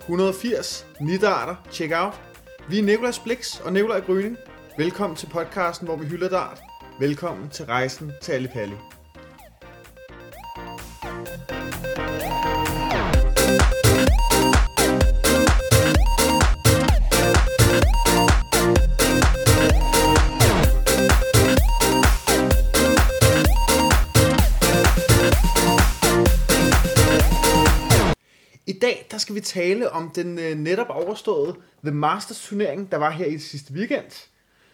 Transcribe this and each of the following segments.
180, Nidarter, check out. Vi er Nikolas Blix og Nikolaj Gryning. Velkommen til podcasten, hvor vi hylder dart. Velkommen til rejsen til Alipalli. I dag der skal vi tale om den øh, netop overståede The Masters turnering, der var her i sidste weekend.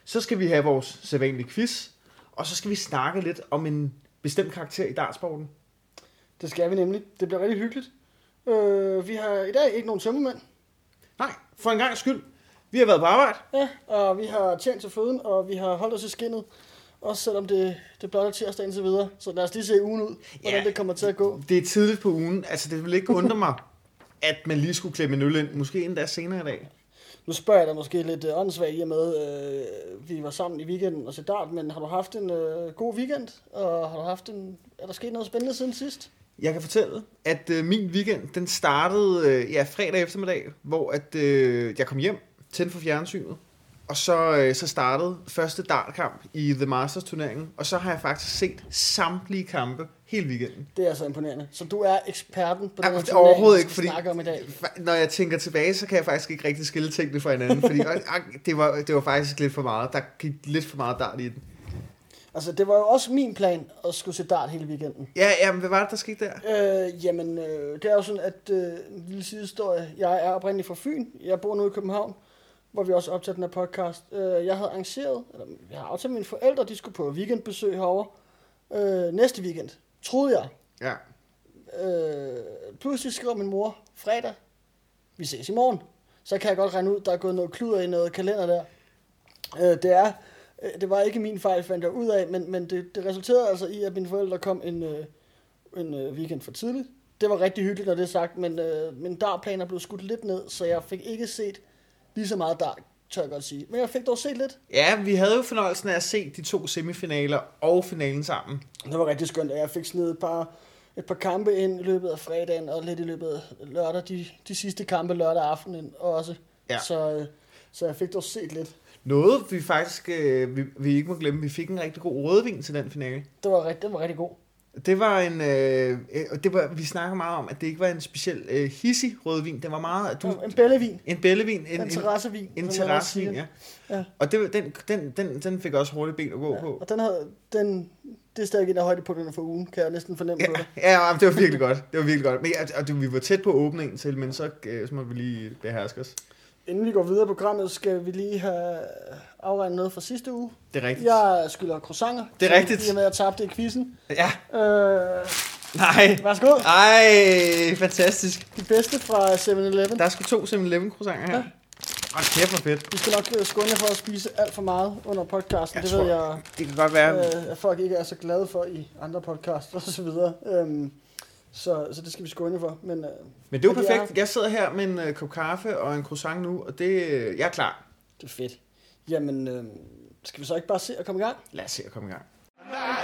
Så skal vi have vores sædvanlige quiz, og så skal vi snakke lidt om en bestemt karakter i dartsporten. Det skal vi nemlig. Det bliver rigtig hyggeligt. Øh, vi har i dag ikke nogen tømmermænd. Nej, for en gang skyld. Vi har været på arbejde. Ja, og vi har tjent til føden, og vi har holdt os i skinnet. Også selvom det, det blot er tirsdag indtil videre. Så lad os lige se ugen ud, hvordan Ja. ja. det kommer til at gå. Det er tidligt på ugen, altså det vil ikke undre mig, at man lige skulle klemme en øl ind, måske endda senere i dag. Nu spørger jeg dig måske lidt øh, åndssvagt i og med, øh, vi var sammen i weekenden og så dart, men har du haft en øh, god weekend? Og har du haft en, er der sket noget spændende siden sidst? Jeg kan fortælle, at øh, min weekend, den startede øh, ja, fredag eftermiddag, hvor at, øh, jeg kom hjem, tændte for fjernsynet, og så, øh, så startede første dartkamp i The Masters turneringen, og så har jeg faktisk set samtlige kampe hele weekenden. Det er altså imponerende. Så du er eksperten på Ja, den her det er turnering, overhovedet vi ikke, skal fordi- snakke om i dag. Fa- Når jeg tænker tilbage, så kan jeg faktisk ikke rigtig skille tingene fra hinanden, fordi øh, øh, det, var, det var faktisk lidt for meget. Der gik lidt for meget dart i den. Altså, det var jo også min plan at skulle se dart hele weekenden. Ja, jamen, hvad var det, der skete der? Øh, jamen, øh, det er jo sådan, at øh, en lille sidehistorie. Jeg er oprindelig fra Fyn. Jeg bor nu i København, hvor vi også optager den her podcast. Øh, jeg havde arrangeret, eller jeg havde aftalt, at mine forældre de skulle på weekendbesøg herover øh, næste weekend, troede jeg. Ja. Øh, pludselig skriver min mor fredag, vi ses i morgen. Så kan jeg godt regne ud, der er gået noget kluder i noget kalender der. Øh, det er, øh, det var ikke min fejl, fandt jeg ud af, men, men det, det resulterede altså i, at mine forældre kom en, øh, en øh, weekend for tidligt. Det var rigtig hyggeligt, når det er sagt, men øh, min dartplaner blev skudt lidt ned, så jeg fik ikke set lige så meget dart, tør jeg godt sige. Men jeg fik dog set lidt. Ja, vi havde jo fornøjelsen af at se de to semifinaler og finalen sammen. Det var rigtig skønt, og jeg fik snedet et par, et par kampe ind i løbet af fredagen, og lidt i løbet af lørdag, de, de sidste kampe lørdag aften ind også. Ja. Så, øh, så jeg fik dog set lidt. Noget, vi faktisk øh, vi, vi ikke må glemme, vi fik en rigtig god rødvin til den finale. Det var, rigt, det var rigtig god. Det var en, øh, øh, og det var, vi snakker meget om, at det ikke var en speciel øh, hissig rødvin. Den var meget, du, Du... En bællevin. en bællevin, En, en, en terrassevin. en, en som man også siger. terrassevin, ja. Ja. Og det, den, den, den, den fik også hurtigt ben at gå Ja, på. og den havde, den, det er stadig en af højdepunkterne for ugen, kan jeg næsten fornemme på Ja, det. ja, det var virkelig godt. Det var virkelig godt. Men, ja, og det, vi var tæt på åbningen til, men så, øh, så må vi lige beherske os. Inden vi går videre i programmet, skal vi lige have afregnet noget fra sidste uge. Det er rigtigt. Jeg skylder croissanter. Det er som- rigtigt. I og med, at jeg tabte i quizzen. Ja. Øh, Nej. værsgo. Ej, fantastisk. De bedste fra 7-Eleven. Der er sgu to 7-Eleven croissanter her. Ja. Og kæft hvor fedt. Vi skal nok øh, skåne jer for at spise alt for meget under podcasten. Jeg det tror- ved jeg, Det kan godt være. Øh. øh, at folk ikke er så glade for i andre podcasts og så videre. Øhm, så, så det skal vi skåne jer for. Men øh, Men det er jo men de perfekt. Jeg sidder her med en øh, kop kaffe og en croissant nu, og det, øh, jeg er klar. det er fedt. Jamen, øh, skal vi så ikke bare se at komme i gang? Lad os se at komme i gang.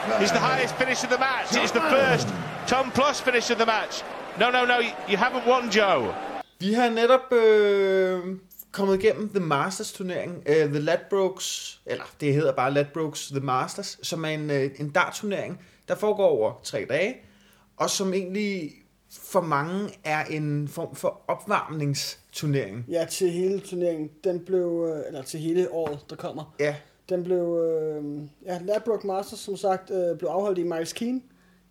It's the highest finish of the match. It's the first Tom Plus finish of the match. No, no, no, you, you haven't won, Joe. Vi har netop øh, kommet igennem The Masters turnering. Øh, The Ladbrokes, eller det hedder bare Ladbrokes The Masters, som er en, øh, en dartturnering, der foregår over tre dage, og som egentlig for mange er en form for opvarmningsturnering. Ja, til hele turneringen. Den blev, øh, eller til hele året, der kommer. Ja, Den blev, øh, ja, Ladbroke Masters, som sagt, øh, blev afholdt i Miles Keen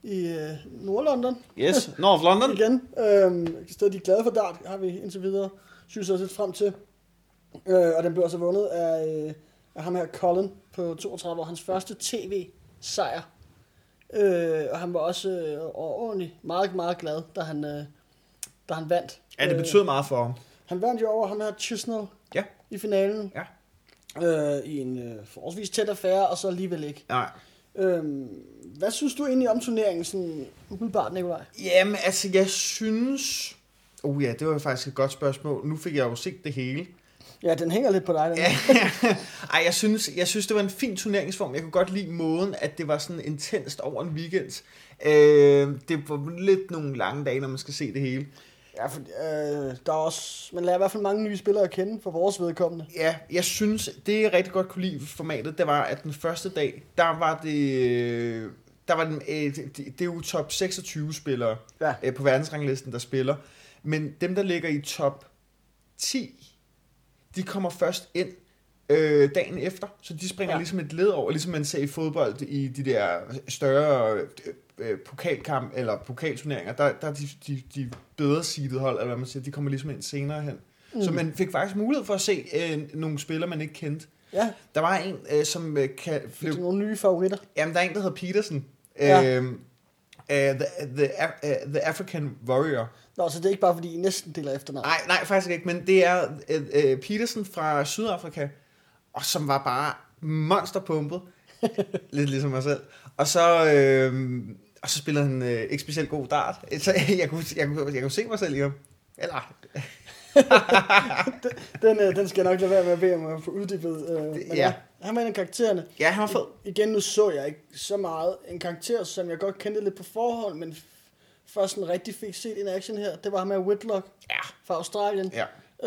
i øh, Nordlondon. yes, North London. igen. Øhm, i stedet de er glade for dart, har vi indtil videre synes også lidt frem til. Øh, og den blev også vundet af, øh, af ham her Colin på 32 år. Hans første tv-sejr. Øh, og han var også øh, overordentlig meget, meget glad, da han, øh, da han vandt. Ja, det Øh, betyder meget for ham. han vandt jo over ham her Chisnell Ja, i finalen. ja. Øh, I en øh, forholdsvis tæt affære, og så alligevel ikke. Nej. Øhm, hvad synes du egentlig om turneringen, sådan umiddelbart, Nikolaj? Jamen, altså, jeg synes... Oh ja, det var faktisk et godt spørgsmål. Nu fik jeg jo set det hele. Ja, den hænger lidt på dig, den her. Ej, jeg synes, jeg synes, det var en fin turneringsform. Jeg kunne godt lide måden, at det var sådan Øhm, intenst over en weekend. Øh, det var lidt nogle lange dage, når man skal se det hele. Ja, for, øh, der er også, man lærer i hvert fald mange nye spillere at kende for vores vedkommende. Ja, jeg synes, det jeg rigtig godt kunne lide ved formatet, det var, at den første dag, der var det... øh, Der var den, øh, det, det er jo top 26 spillere Ja. øh, på verdensranglisten, der spiller. Men dem, der ligger i top 10, de kommer først ind øh, dagen efter. Så de springer Ja. ja. ligesom et led over, ligesom man ser i fodbold i de der større øh, øh, pokalkamp eller pokalturneringer. Der, der er de, de, de bedre seedede hold, eller hvad man siger, de kommer ligesom ind senere hen. Mm. Så man fik faktisk mulighed for at se øh, nogle spillere, man ikke kendte. Ja, Der var en, øh, som øh, kan, det blev er nogle nye favoritter. Jamen, der er en, der hedder Peterson. Ja. Ja. Øhm, uh, the, the, uh, the African Warrior. Nå, så det er ikke bare, fordi I næsten deler efternavn. Nej, nej, faktisk ikke, men det er uh, uh, Peterson fra Sydafrika, og som var bare monsterpumpet. Lidt ligesom mig selv. Og så, øh, og så spillede han øh, ikke specielt god dart. Så jeg kunne, jeg, kunne, jeg kunne se mig selv i ham. Eller, Den, øh, den skal jeg nok lade være med at bede om at få uddybet. Øh, men ja. ja. Han var en af karaktererne. ja, han var fed. I- Igen, nu så jeg ikke så meget en karakter, som jeg godt kendte lidt på forhånd, men f- først sådan rigtig fik set en action her, det var ham med Whitlock Ja. fra Australien. Ja.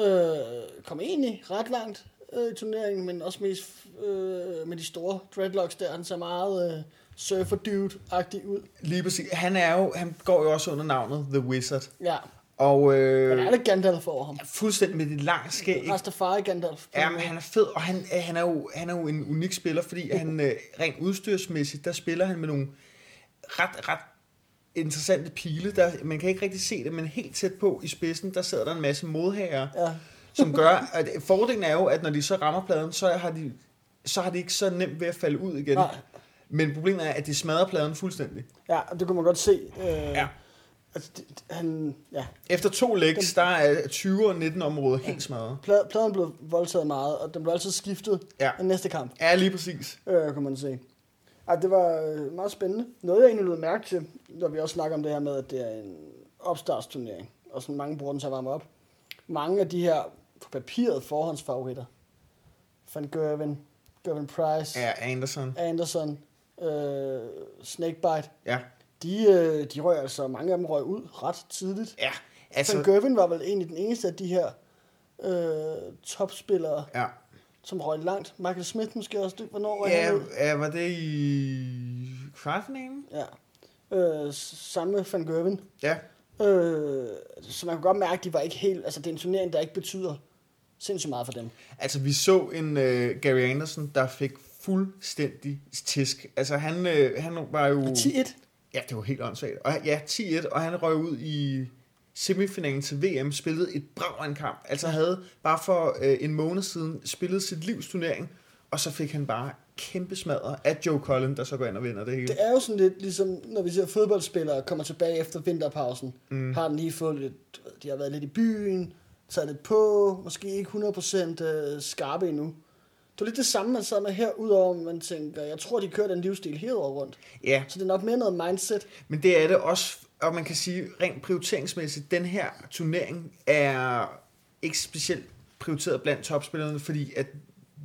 Øh, kom egentlig ret langt øh, i turneringen, men også mest øh, med de store dreadlocks der. Han ser meget øh, surfer dude-agtig ud. Lige præcis. Han, er jo, han går jo også under navnet The Wizard. Ja. Og Men øh, der er lidt Gandalf over ham. fuldstændig med det lange skæg. Rastafari Gandalf. på Øh, Ja, en måde. han er fed, og han, øh, han, er jo, han er jo en unik spiller, fordi han øh, rent udstyrsmæssigt, der spiller han med nogle ret, ret interessante pile. Der, man kan ikke rigtig se det, men helt tæt på i spidsen, der sidder der en masse modhager, ja. Ja. som gør, at fordelen er jo, at når de så rammer pladen, så har de, så har de ikke så nemt ved at falde ud igen. Nej. Men problemet er, at de smadrer pladen fuldstændig. ja, og det kunne man godt se. Øh, Ja. Altså, det, det- han, ja, Efter to legs, der er 20 og 19 områder helt smadret. Pla- pladen blev voldtaget meget, og den blev altid skiftet Ja. i næste kamp, Ja, lige præcis. øh, kunne man se. Ej, det var øh, meget spændende. Noget, jeg egentlig lød mærke til, når vi også snakker om det her med, at det er en opstartsturnering, og sådan mange bruger den til at varme op. Mange af de her på papiret forhåndsfavoritter, Van Gerwen, Gerwen Price, Ja, Anderson. Anderson, øh, Snakebite, Ja. de, øh, de røg altså, mange af dem røg ud ret tidligt. Ja, Altså, Van altså... Gerwen var vel egentlig den eneste af de her øh, topspillere, Ja, som røg langt. Michael Smith måske også. Det, hvornår røg Ja, han ud? ja, var det i kvartfinalen? Ja. Øh, s- samme med Van Gerwen. Ja. Øh, så man kunne godt mærke, at de var ikke helt... Altså, det er en turnering, der ikke betyder sindssygt meget for dem. Altså, vi så en øh, Gary Anderson, der fik fuldstændig tisk. Altså, han, øh, han var jo... På 10-1. Ja, det var helt åndssvagt. Og, ja, 10-1, og han røg ud i semifinalen til VM, spillede et brav af en kamp. Altså havde bare for øh, en måned siden spillet sit livs turnering, og så fik han bare kæmpe smadre af Joe Collin, der så går ind og vinder det hele. Det er jo sådan lidt ligesom, når vi ser fodboldspillere kommer tilbage efter vinterpausen. Mm. Har den lige fået lidt... du ved, De har været lidt i byen, taget lidt på, måske ikke 100% øh, skarpe endnu. Det er lidt det samme, man sad med her, udover at man tænker, jeg tror, de kører den livsstil herover rundt. Ja, Så det er nok mere noget mindset. Men det er det også, og man kan sige rent prioriteringsmæssigt, den her turnering er ikke specielt prioriteret blandt topspillerne, fordi at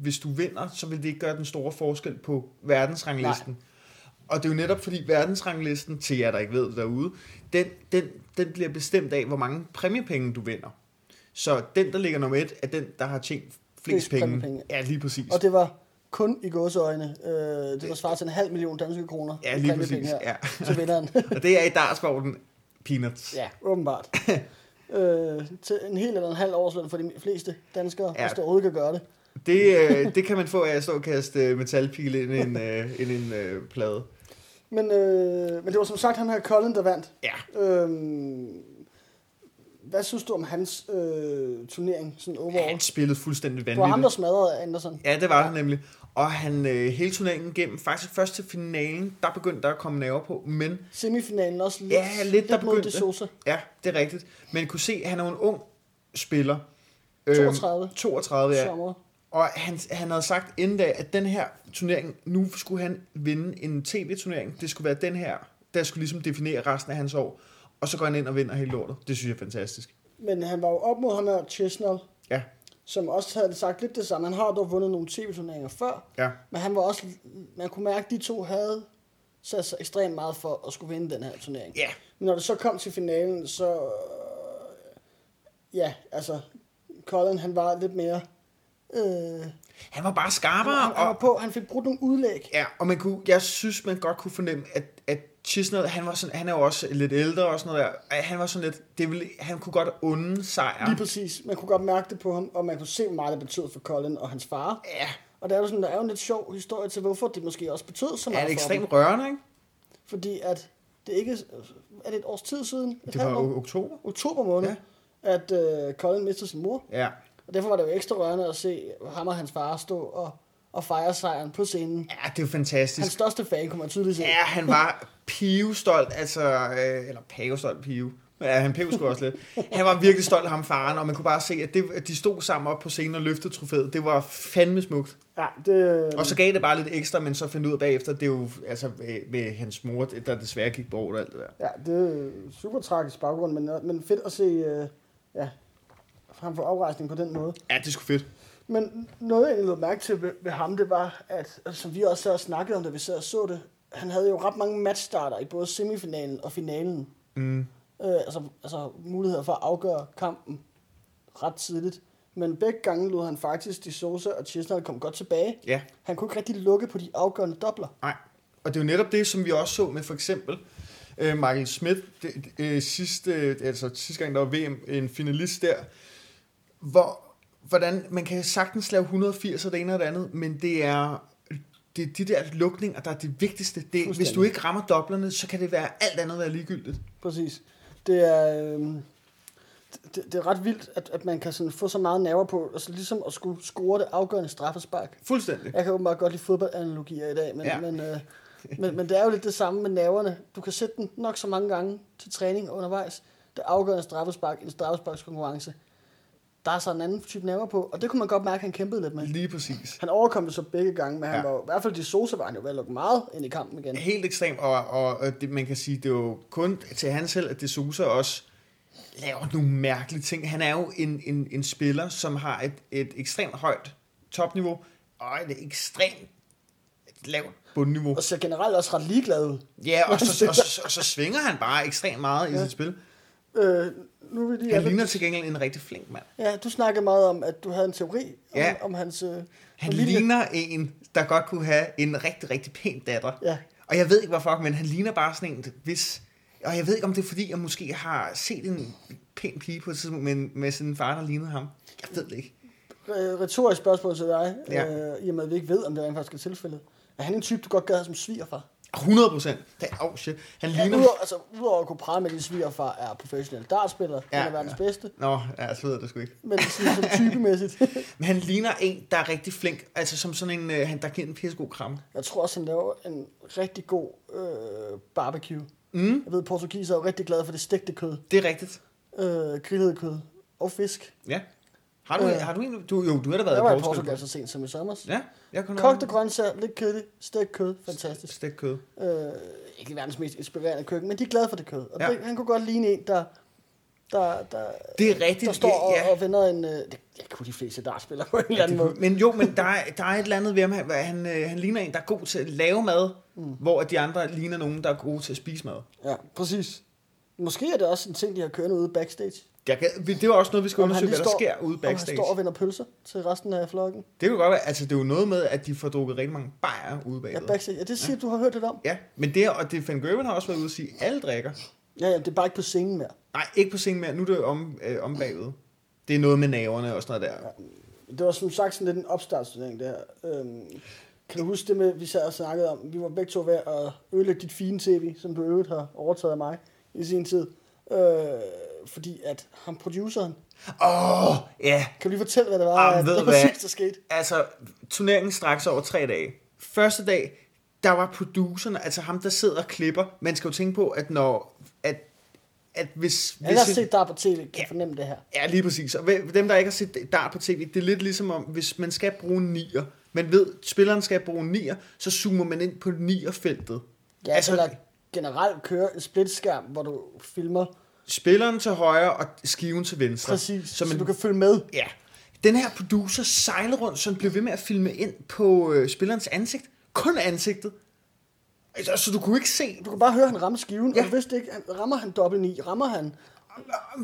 hvis du vinder, så vil det ikke gøre den store forskel på verdensranglisten. Nej. Og det er jo netop fordi verdensranglisten, til jer der ikke ved det derude, den, den, den bliver bestemt af, hvor mange præmiepenge du vinder. Så den, der ligger nummer et, er den, der har tjent flest Flest penge. præmiepenge. Ja, lige præcis. Og det var kun i gåseøjne. Øh, det var svaret til en halv million danske kroner. Ja, i lige præmiepenge præcis, Her, ja. Til vinderen. og det er i dartsporten peanuts. ja, åbenbart. øh, til en hel eller en halv årsløn for de fleste danskere, ja. Ja. hvis der overhovedet kan gøre det. Det, øh, det kan man få af at stå og kaste øh, metalpile ind i en, øh, ind i en øh, plade. Men, øh, men det var som sagt ham her Colin, der vandt. Ja. Øhm, hvad synes du om hans øh, turnering, sådan overall? Han spillede fuldstændig det var ham, der vanvittigt. smadrede Andersen. Ja, det var han nemlig. Og han øh, hele turneringen gennem, faktisk først til finalen, der begyndte der at komme nerver på, men Semifinalen også lidt, ja, lidt der mod de begyndte. Sosa. Ja, det er rigtigt. Men kunne se, at han er jo en ung spiller. 32. 32, ja. Ja. Og han, han havde sagt inden da, at den her turnering, nu skulle han vinde en tv-turnering. Det skulle være den her, der skulle ligesom definere resten af hans år. Og så går han ind og vinder hele lortet. Det synes jeg er fantastisk. Men han var jo op mod ham her Chesnall, Ja, som også havde sagt lidt det samme. Han har dog vundet nogle tv-turneringer før, ja. men han var også, man kunne mærke, at de to havde sat sig ekstremt meget for at skulle vinde den her turnering. Ja. Men når det så kom til finalen, så øh, ja, altså, Colin, han var lidt mere... Øh, Han var bare han, skarpere, han, var og, på, han fik brugt nogle udlæg. ja, og man kunne, jeg synes, man godt kunne fornemme, at, at Chisnell, han, var sådan, han er jo også lidt ældre og sådan noget der, at han var sådan lidt, det ville, han kunne godt unde Lige sejren. præcis. Man kunne godt mærke det på ham, og man kunne se, hvor meget det betød for Colin og hans far. Ja, Og der er jo sådan, der er jo en lidt sjov historie til, hvorfor det måske også betød så er meget det for dem. ekstremt rørende, ikke? Fordi at det ikke... Er det et års tid siden? Et Det var halvt år? jo oktober. oktober måned, ja. at øh, Colin mistede sin mor. Ja, Og derfor var det jo ekstra rørende at se ham og hans far stå og, og fejre sejren på scenen. ja det er jo fantastisk. Hans største fan, kunne man tydeligt se. Ja, han var pivestolt, altså, øh, eller pavestolt pive. Ja, han pev sgu også lidt. Han var virkelig stolt af ham, faren, og man kunne bare se, at, det, at de stod sammen op på scenen og løftede trofæet. Det var fandme smukt. ja det, Og så gav det bare lidt ekstra, men så fandt ud af bagefter, det er jo altså med, med hans mor, der desværre gik bort og alt det der. ja, det er super tragisk baggrund, men, men fedt at se øh, ja, ham få afrejsning på den måde. Ja, det er sgu fedt. Men noget, jeg egentlig lod mærke til ved, ved ham, det var, at altså, som vi også sad og snakkede om, da vi sad og så det, han havde jo ret mange matchstarter i både semifinalen og finalen. Mm. Øh, altså, altså muligheder for at afgøre kampen ret tidligt. Men begge gange lod han faktisk de Sosa og Chisnall komme godt tilbage. Ja. Han kunne ikke rigtig lukke på de afgørende dobler. Nej. Og det er jo netop det, som vi også så med for eksempel øh, Michael Smith det, det, øh, sidste, altså sidste gang, der var VM, en finalist der, hvor, hvordan man kan sagtens lave 180 og det ene og det andet, men det er det er de der lukninger, der er det vigtigste. Det, er, hvis Fuldstændig. du ikke rammer doblerne, så kan det være alt andet være ligegyldigt. Præcis. Det er, øh, det, det er ret vildt, at, at man kan sådan få så meget nerver på. Altså ligesom at skulle score det afgørende straffespark. Fuldstændig. Jeg kan åbenbart godt lide fodboldanalogier i dag, men, ja. Ja. men, øh, men, men det er jo lidt det samme med nerverne. Du kan sætte den nok så mange gange til træning og undervejs. Det afgørende straffespark, i en straffesparkskonkurrence. Der er så en anden type nerver på, og det kunne man godt mærke, at han kæmpede lidt med. Lige præcis. Han overkom det så begge gange, men han Ja. var, jo- i hvert fald de Sosa var han jo ved at lukke meget ind i kampen igen. Helt ekstrem, og, og, og det, man kan sige, det er jo kun til hans held, at det Sosa også laver nogle mærkelige ting. Han er jo en, en, en spiller, som har et, et ekstremt højt topniveau, og et ekstremt lavt bundniveau. Og ser generelt også ret ligeglad ud. Ja, og så, og, så, og så svinger han bare ekstremt meget i sit spil. Øh, nu vil de, Han ligner til gengæld en rigtig flink mand. Ja, du snakkede meget om, at du havde en teori om, Ja. om hans... Øh, Han familie. ligner en, der godt kunne have en rigtig, rigtig pæn datter. Ja. Og jeg ved ikke hvorfor, men han ligner bare sådan en, hvis... Og jeg ved ikke, om det er fordi, jeg måske har set en pæn pige på et tidspunkt med, med sin far, der lignede ham. Jeg ved det ikke. Øh, retorisk spørgsmål til dig, ja. Ja. øh, i og med at vi ikke ved, om det rent faktisk er tilfældet. Er han en type, du godt gad have som svigerfar? 100 procent. Åh, oh shit. Han Ja, ligner... udover, altså, udover at kunne prale med, at din svigerfar er professionel dartspiller, ja, han er verdens ja. bedste, Nå, ja, så ved jeg det sgu ikke. men sådan, som typemæssigt. Men han ligner en, der er rigtig flink. Altså som sådan en, øh, han der giver en pissegod kram. Jeg tror også, han laver en rigtig god øh, barbecue. Mm. Jeg ved, portugiser er jo rigtig glade for det stegte kød, Det er rigtigt. øh, grillet kød og fisk. Ja. Har du, Øh. har du en... Du, jo, du har da været Jeg var i Portugal. Portugal så sent som i sommer. Ja. Ja, jeg kunne Kogte grøntsager, lidt kedeligt, stegt kød, fantastisk. Stegt kød. øh, ikke verdens mest inspirerende køkken, men de er glade for det kød. Og ja. Ja. det, han kunne godt ligne en, der, der, der, Det er rigtigt, der står det- og, ja. og vender en... Øh, det, jeg kunne de fleste dartspillere på en eller Ja, anden det måde. kunne, men jo, men der, er- der er et eller andet ved ham. Han, han, øh, han ligner en, der er god til at lave mad, mm. hvor de andre ligner nogen, der er gode til at spise mad. Ja, præcis. Måske er det også en ting, de har kørende ude backstage. Jeg kan, det er jo også noget, vi skal han undersøge, lige hvad der sker ude Om backstage. han står og vender pølser til resten af flokken. Det kan godt være, altså det er jo noget med, at de får drukket rigtig mange bajer ude Ja, bagved. Ja, backstage. Ja, det siger du har hørt lidt om. ja men det, er- og det Fan Gerben har også været ude at sige, at alle drikker. Ja, ja, det er bare ikke på scenen mere. Nej, ikke på scenen mere, nu er det om, øh, om bagved. Det er noget med naverne og sådan noget der. Det var som sagt sådan lidt en opstartsturnering, det her. Øhm, kan du huske det med, vi sad og snakkede om, vi var begge to ved at ødelægge dit fine tv, som du i øvrigt har overtaget af mig i sin tid. Øh, fordi at ham produceren, Åh, oh, ja, kan du lige fortælle, hvad det var, Ah, at- ved det du hvad? der skete? altså, turneringen straks over tre dage. Første dag, der var producerne, altså ham, der sidder og klipper. Man skal jo tænke på, at når... At, at hvis, Alle har hvis set dig på tv, kan ja. Ja. fornemme det her. Ja, lige præcis. Og hvem- dem, der ikke har set dart på tv, det er lidt ligesom om, hvis man skal bruge en nier, man ved, spilleren skal bruge en nier, så zoomer man ind på nierfeltet. Ja, altså, eller generelt køre en splitskærm, hvor du filmer spilleren til højre og skiven til venstre. præcis, så, Så man du kan følge med. Ja. Den her producer sejlede rundt, så han blev ved med at filme ind på øh, spillerens ansigt. Kun ansigtet. Altså, så du kunne ikke se... Du kan bare høre, han rammer skiven, ja. Ja. og du vidste ikke, han, rammer han dobbelt ni, rammer han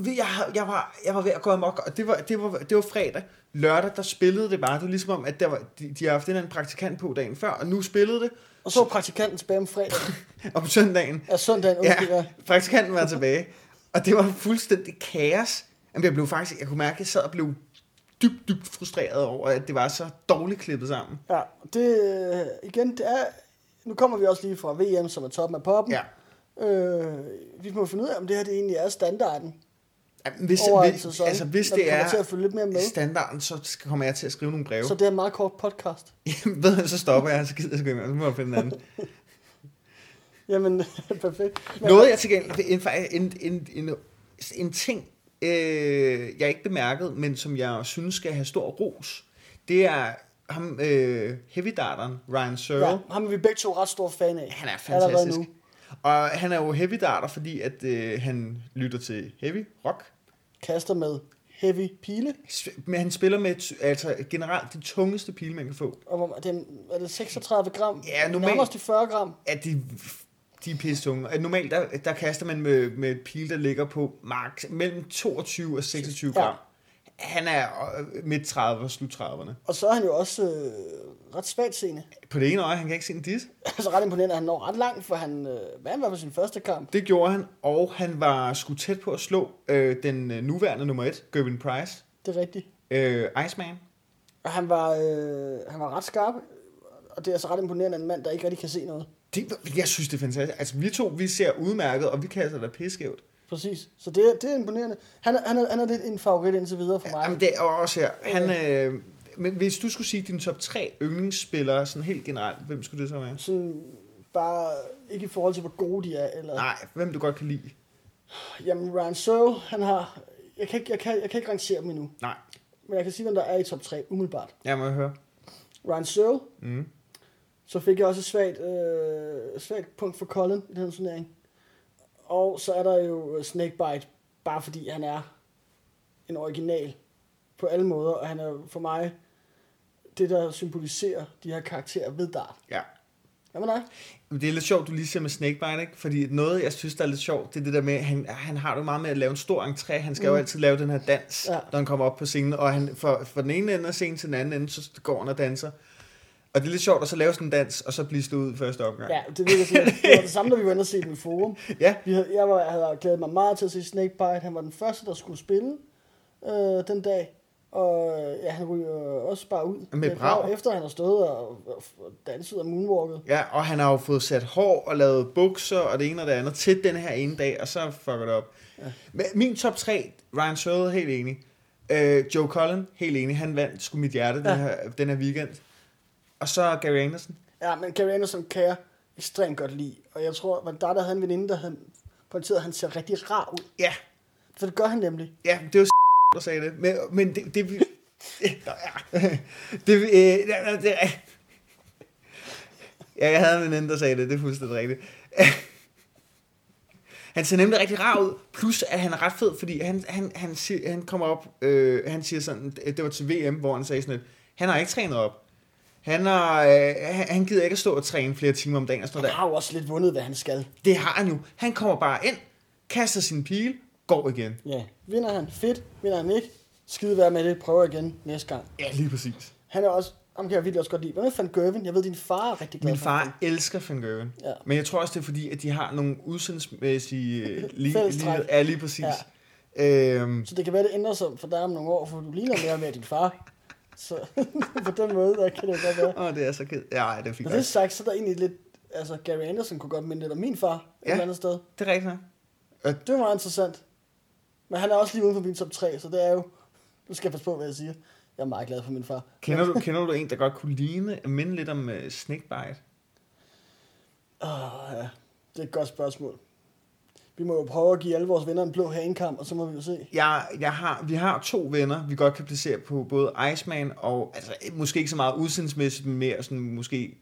jeg, jeg, var, jeg var ved at gå amok, og det var, det, var, det var fredag. Lørdag, der spillede det bare. Det var ligesom om, at der var, de, de har haft en eller anden praktikant på dagen før, og nu spillede det. Og så var praktikanten tilbage om fredag. Og på søndagen, Ja, søndagen, undskyld, ja. ja, praktikanten var tilbage. Og det var fuldstændig kaos. Jamen, jeg blev faktisk, jeg kunne mærke, at jeg sad og blev dybt, dybt frustreret over, at det var så dårligt klippet sammen. ja. det, øh, igen, det er, nu kommer vi også lige fra VM, som er toppen af poppen. Ja. Øh, vi må finde ud af, om det her det egentlig er standarden. Jamen, Hvis, Over en hvis, sæson, altså, hvis når vi det kommer er til at følge lidt mere med. standarden, så skal- kommer jeg til at skrive nogle breve. Så det er en meget kort podcast. Jamen, ved du, så stopper jeg, så gider jeg sgu ikke mere. Så må jeg finde en anden. Jamen, perfekt. Men, Noget jeg til gengæld, en, en, en, en, en ting, øh, jeg ikke bemærkede, men som jeg synes skal have stor ros, det er ham, øh, heavy-darteren, Ryan Searle. ja, ham er vi begge to ret store fan af. Han er Allerede fantastisk. nu. Og han er jo heavy darter, fordi at øh, han lytter til heavy rock. Kaster med heavy pile. S- Men han spiller med t- altså generelt de tungeste pile, man kan få. Og hvor, er, det, er det 36 gram? Ja, normalt- Nærmest de 40 gram. At de, de er pisse tunge. At normalt der, der kaster man med, med et pil, der ligger på max mellem 22 og 26 gram. Ja. Han er øh, midt 30 og slut 30'erne. Og så er han jo også øh, ret svagt seende. På det ene øje, han kan ikke se en dis. altså ret imponerende, at han når ret langt, for han, øh, hvad han var på sin første kamp. Det gjorde han, og han var sgu tæt på at slå øh, den øh, nuværende nummer et, Gervin Price, Det er rigtigt. øh, Iceman. Og han var, øh, han var ret skarp, og det er altså ret imponerende, at en mand, der ikke rigtig kan se noget. Det, jeg synes, det er fantastisk. Altså, vi to, vi ser udmærket, og vi kaster da pissegævt. Præcis. Så det, er- det er imponerende. Han er, han, er, han er lidt en favorit indtil videre for mig. Jamen, det er også her. Han, øh, men hvis du skulle sige din top 3 yndlingsspillere, sådan helt generelt, hvem skulle det så være? Sådan bare ikke i forhold til, hvor gode de er. Eller... Nej, hvem du godt kan lide. Jamen, Ryan Searle, han har... Jeg kan, ikke, jeg, kan, jeg kan ikke rangere dem endnu, Nej, men jeg kan sige, hvem der er i top 3 umiddelbart. jeg må høre. Ryan Searle, Mm. så fik jeg også et svagt, øh, svagt punkt for Colin i den her turnering. Og så er der jo øh, Snakebite, bare fordi han er en original på alle måder, og han er for mig det, der symboliserer de her karakterer ved dart. Ja. Hvad med dig? Men Det er lidt sjovt, du lige siger med Snakebite, ikke? Fordi noget, jeg synes, der er lidt sjovt, det er det der med, at han, han har det jo meget med at lave en stor entré. Han skal mm. jo altid lave den her dans, Ja. ja. når han kommer op på scenen. Og han, fra, fra den ene ende af scenen til den anden ende, så går han og danser. Og det er lidt sjovt at så lave sådan en dans, og så blive slået ud i første omgang. Ja, det virker sådan. Det var det samme, da vi var inde og se den i forum. ja. Vi havde, jeg, var, jeg havde glædet mig meget til at se Snakebite. Han var den første, der skulle spille øh, den dag. Og øh, ja, han ryger også bare ud. Med et brag. Efter han har stået og, og, og danset og moonwalket. Ja, og han har jo fået sat hår og lavet bukser og det ene og det andet til den her ene dag, og så fucker det op. Ja. Men min top 3, Ryan Searle, helt enig. Øh, Joe Cullen, helt enig. Han vandt sgu mit hjerte ja. Ja. den, her, den her weekend. Og så Gary Anderson. Ja, men Gary Anderson kan jeg ekstremt godt lide. Og jeg tror, at der, der havde en veninde, der havde pointeret, at han ser rigtig rar ud. Ja, For det gør han nemlig. ja det var s- der sagde det. Men, men det... det, det Nå, ja. det, øh, ja, det, det ja, jeg havde en veninde, der sagde det. Det er fuldstændig rigtigt. Han ser nemlig rigtig rar ud, plus at han er ret fed, fordi han, han, han, siger, han kommer op, øh, han siger sådan, det var til VM, hvor han sagde sådan lidt, han har ikke trænet op. Han, har, øh, han, han gider ikke at stå og træne flere timer om dagen og sådan Han noget der. har jo også lidt vundet, hvad han skal. Det har han jo. Han kommer bare ind, kaster sin pil, går igen. Ja. Vinder han fedt, vinder han ikke. Skide være med det. Prøver igen næste gang. Ja, lige præcis. Han er også, ham kan jeg virkelig også godt lide. Hvad med Van Gerven? Jeg ved, din far er rigtig glad Min for ham. far elsker Van Gerwen. Ja. Men jeg tror også, det er fordi, at de har nogle udsendsmæssige... øh, Lige, Fællestræk. lige, ja, lige præcis. Ja. Øhm, Så det kan være, det ændrer sig for dig om nogle år, for du ligner mere og mere din far. Så på den måde, der kan det godt være. åh, det er så kedeligt. Ja, ej, det fik Når det er sagt, så er der egentlig lidt... Altså, Gary Anderson kunne godt minde lidt om min far ja. et Ja. eller andet sted. Det er rigtigt. nok. Det var meget interessant. Men han er også lige uden for min top 3, så det er jo... Nu skal jeg passe på, hvad jeg siger. Jeg er meget glad for min far. Kender du, kender du en, der godt kunne ligne, minde lidt om uh, Snakebite? Åh, ja. Det er et godt spørgsmål. Vi må jo prøve at give alle vores venner en blå hanekamp, og så må vi jo se. Jeg, jeg har, vi har to venner, vi godt kan placere på både Iceman og, altså eh, måske ikke så meget udsendsmæssigt, men mere sådan måske,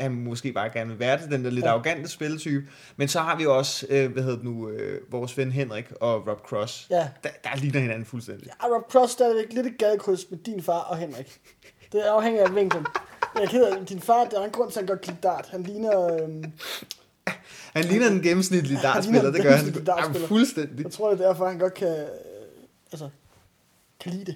han måske bare gerne vil være det, den der lidt Ja. ja. arrogante spilletype. Men så har vi også, øh, hvad hedder det nu, øh, vores ven Henrik og Rob Cross. Ja. Der, der ligner hinanden fuldstændig. Ja, Rob Cross stadigvæk lidt et gadekryds med din far og Henrik. Det afhænger af vinklen. Jeg er ked af, det. din far, der er en grund til, at han godt kan lide dart. Han ligner... Øhm, Han ligner en gennemsnitlig ligner dartspiller, en det gør han. gennemsnitlig Jamen, dartspiller. fuldstændig. Jeg tror, det er derfor, han godt kan, øh, altså, kan lide det.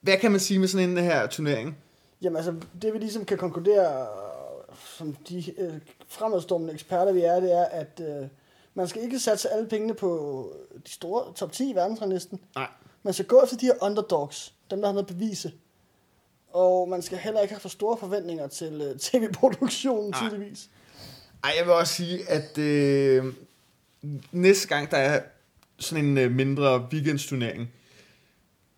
Hvad kan man sige med sådan en her turnering? Jamen altså, det vi ligesom kan konkludere, øh, som de øh, fremadstormende eksperter vi er, det er, at øh, man skal ikke satse alle pengene på de store top 10 i verdensranglisten. Nej. Man skal gå efter de her underdogs, dem der har noget at bevise. Og man skal heller ikke have for store forventninger til øh, tv-produktionen Nej. tydeligvis. Ej, jeg vil også sige, at øh, næste gang, der er sådan en øh, mindre weekendsturnering,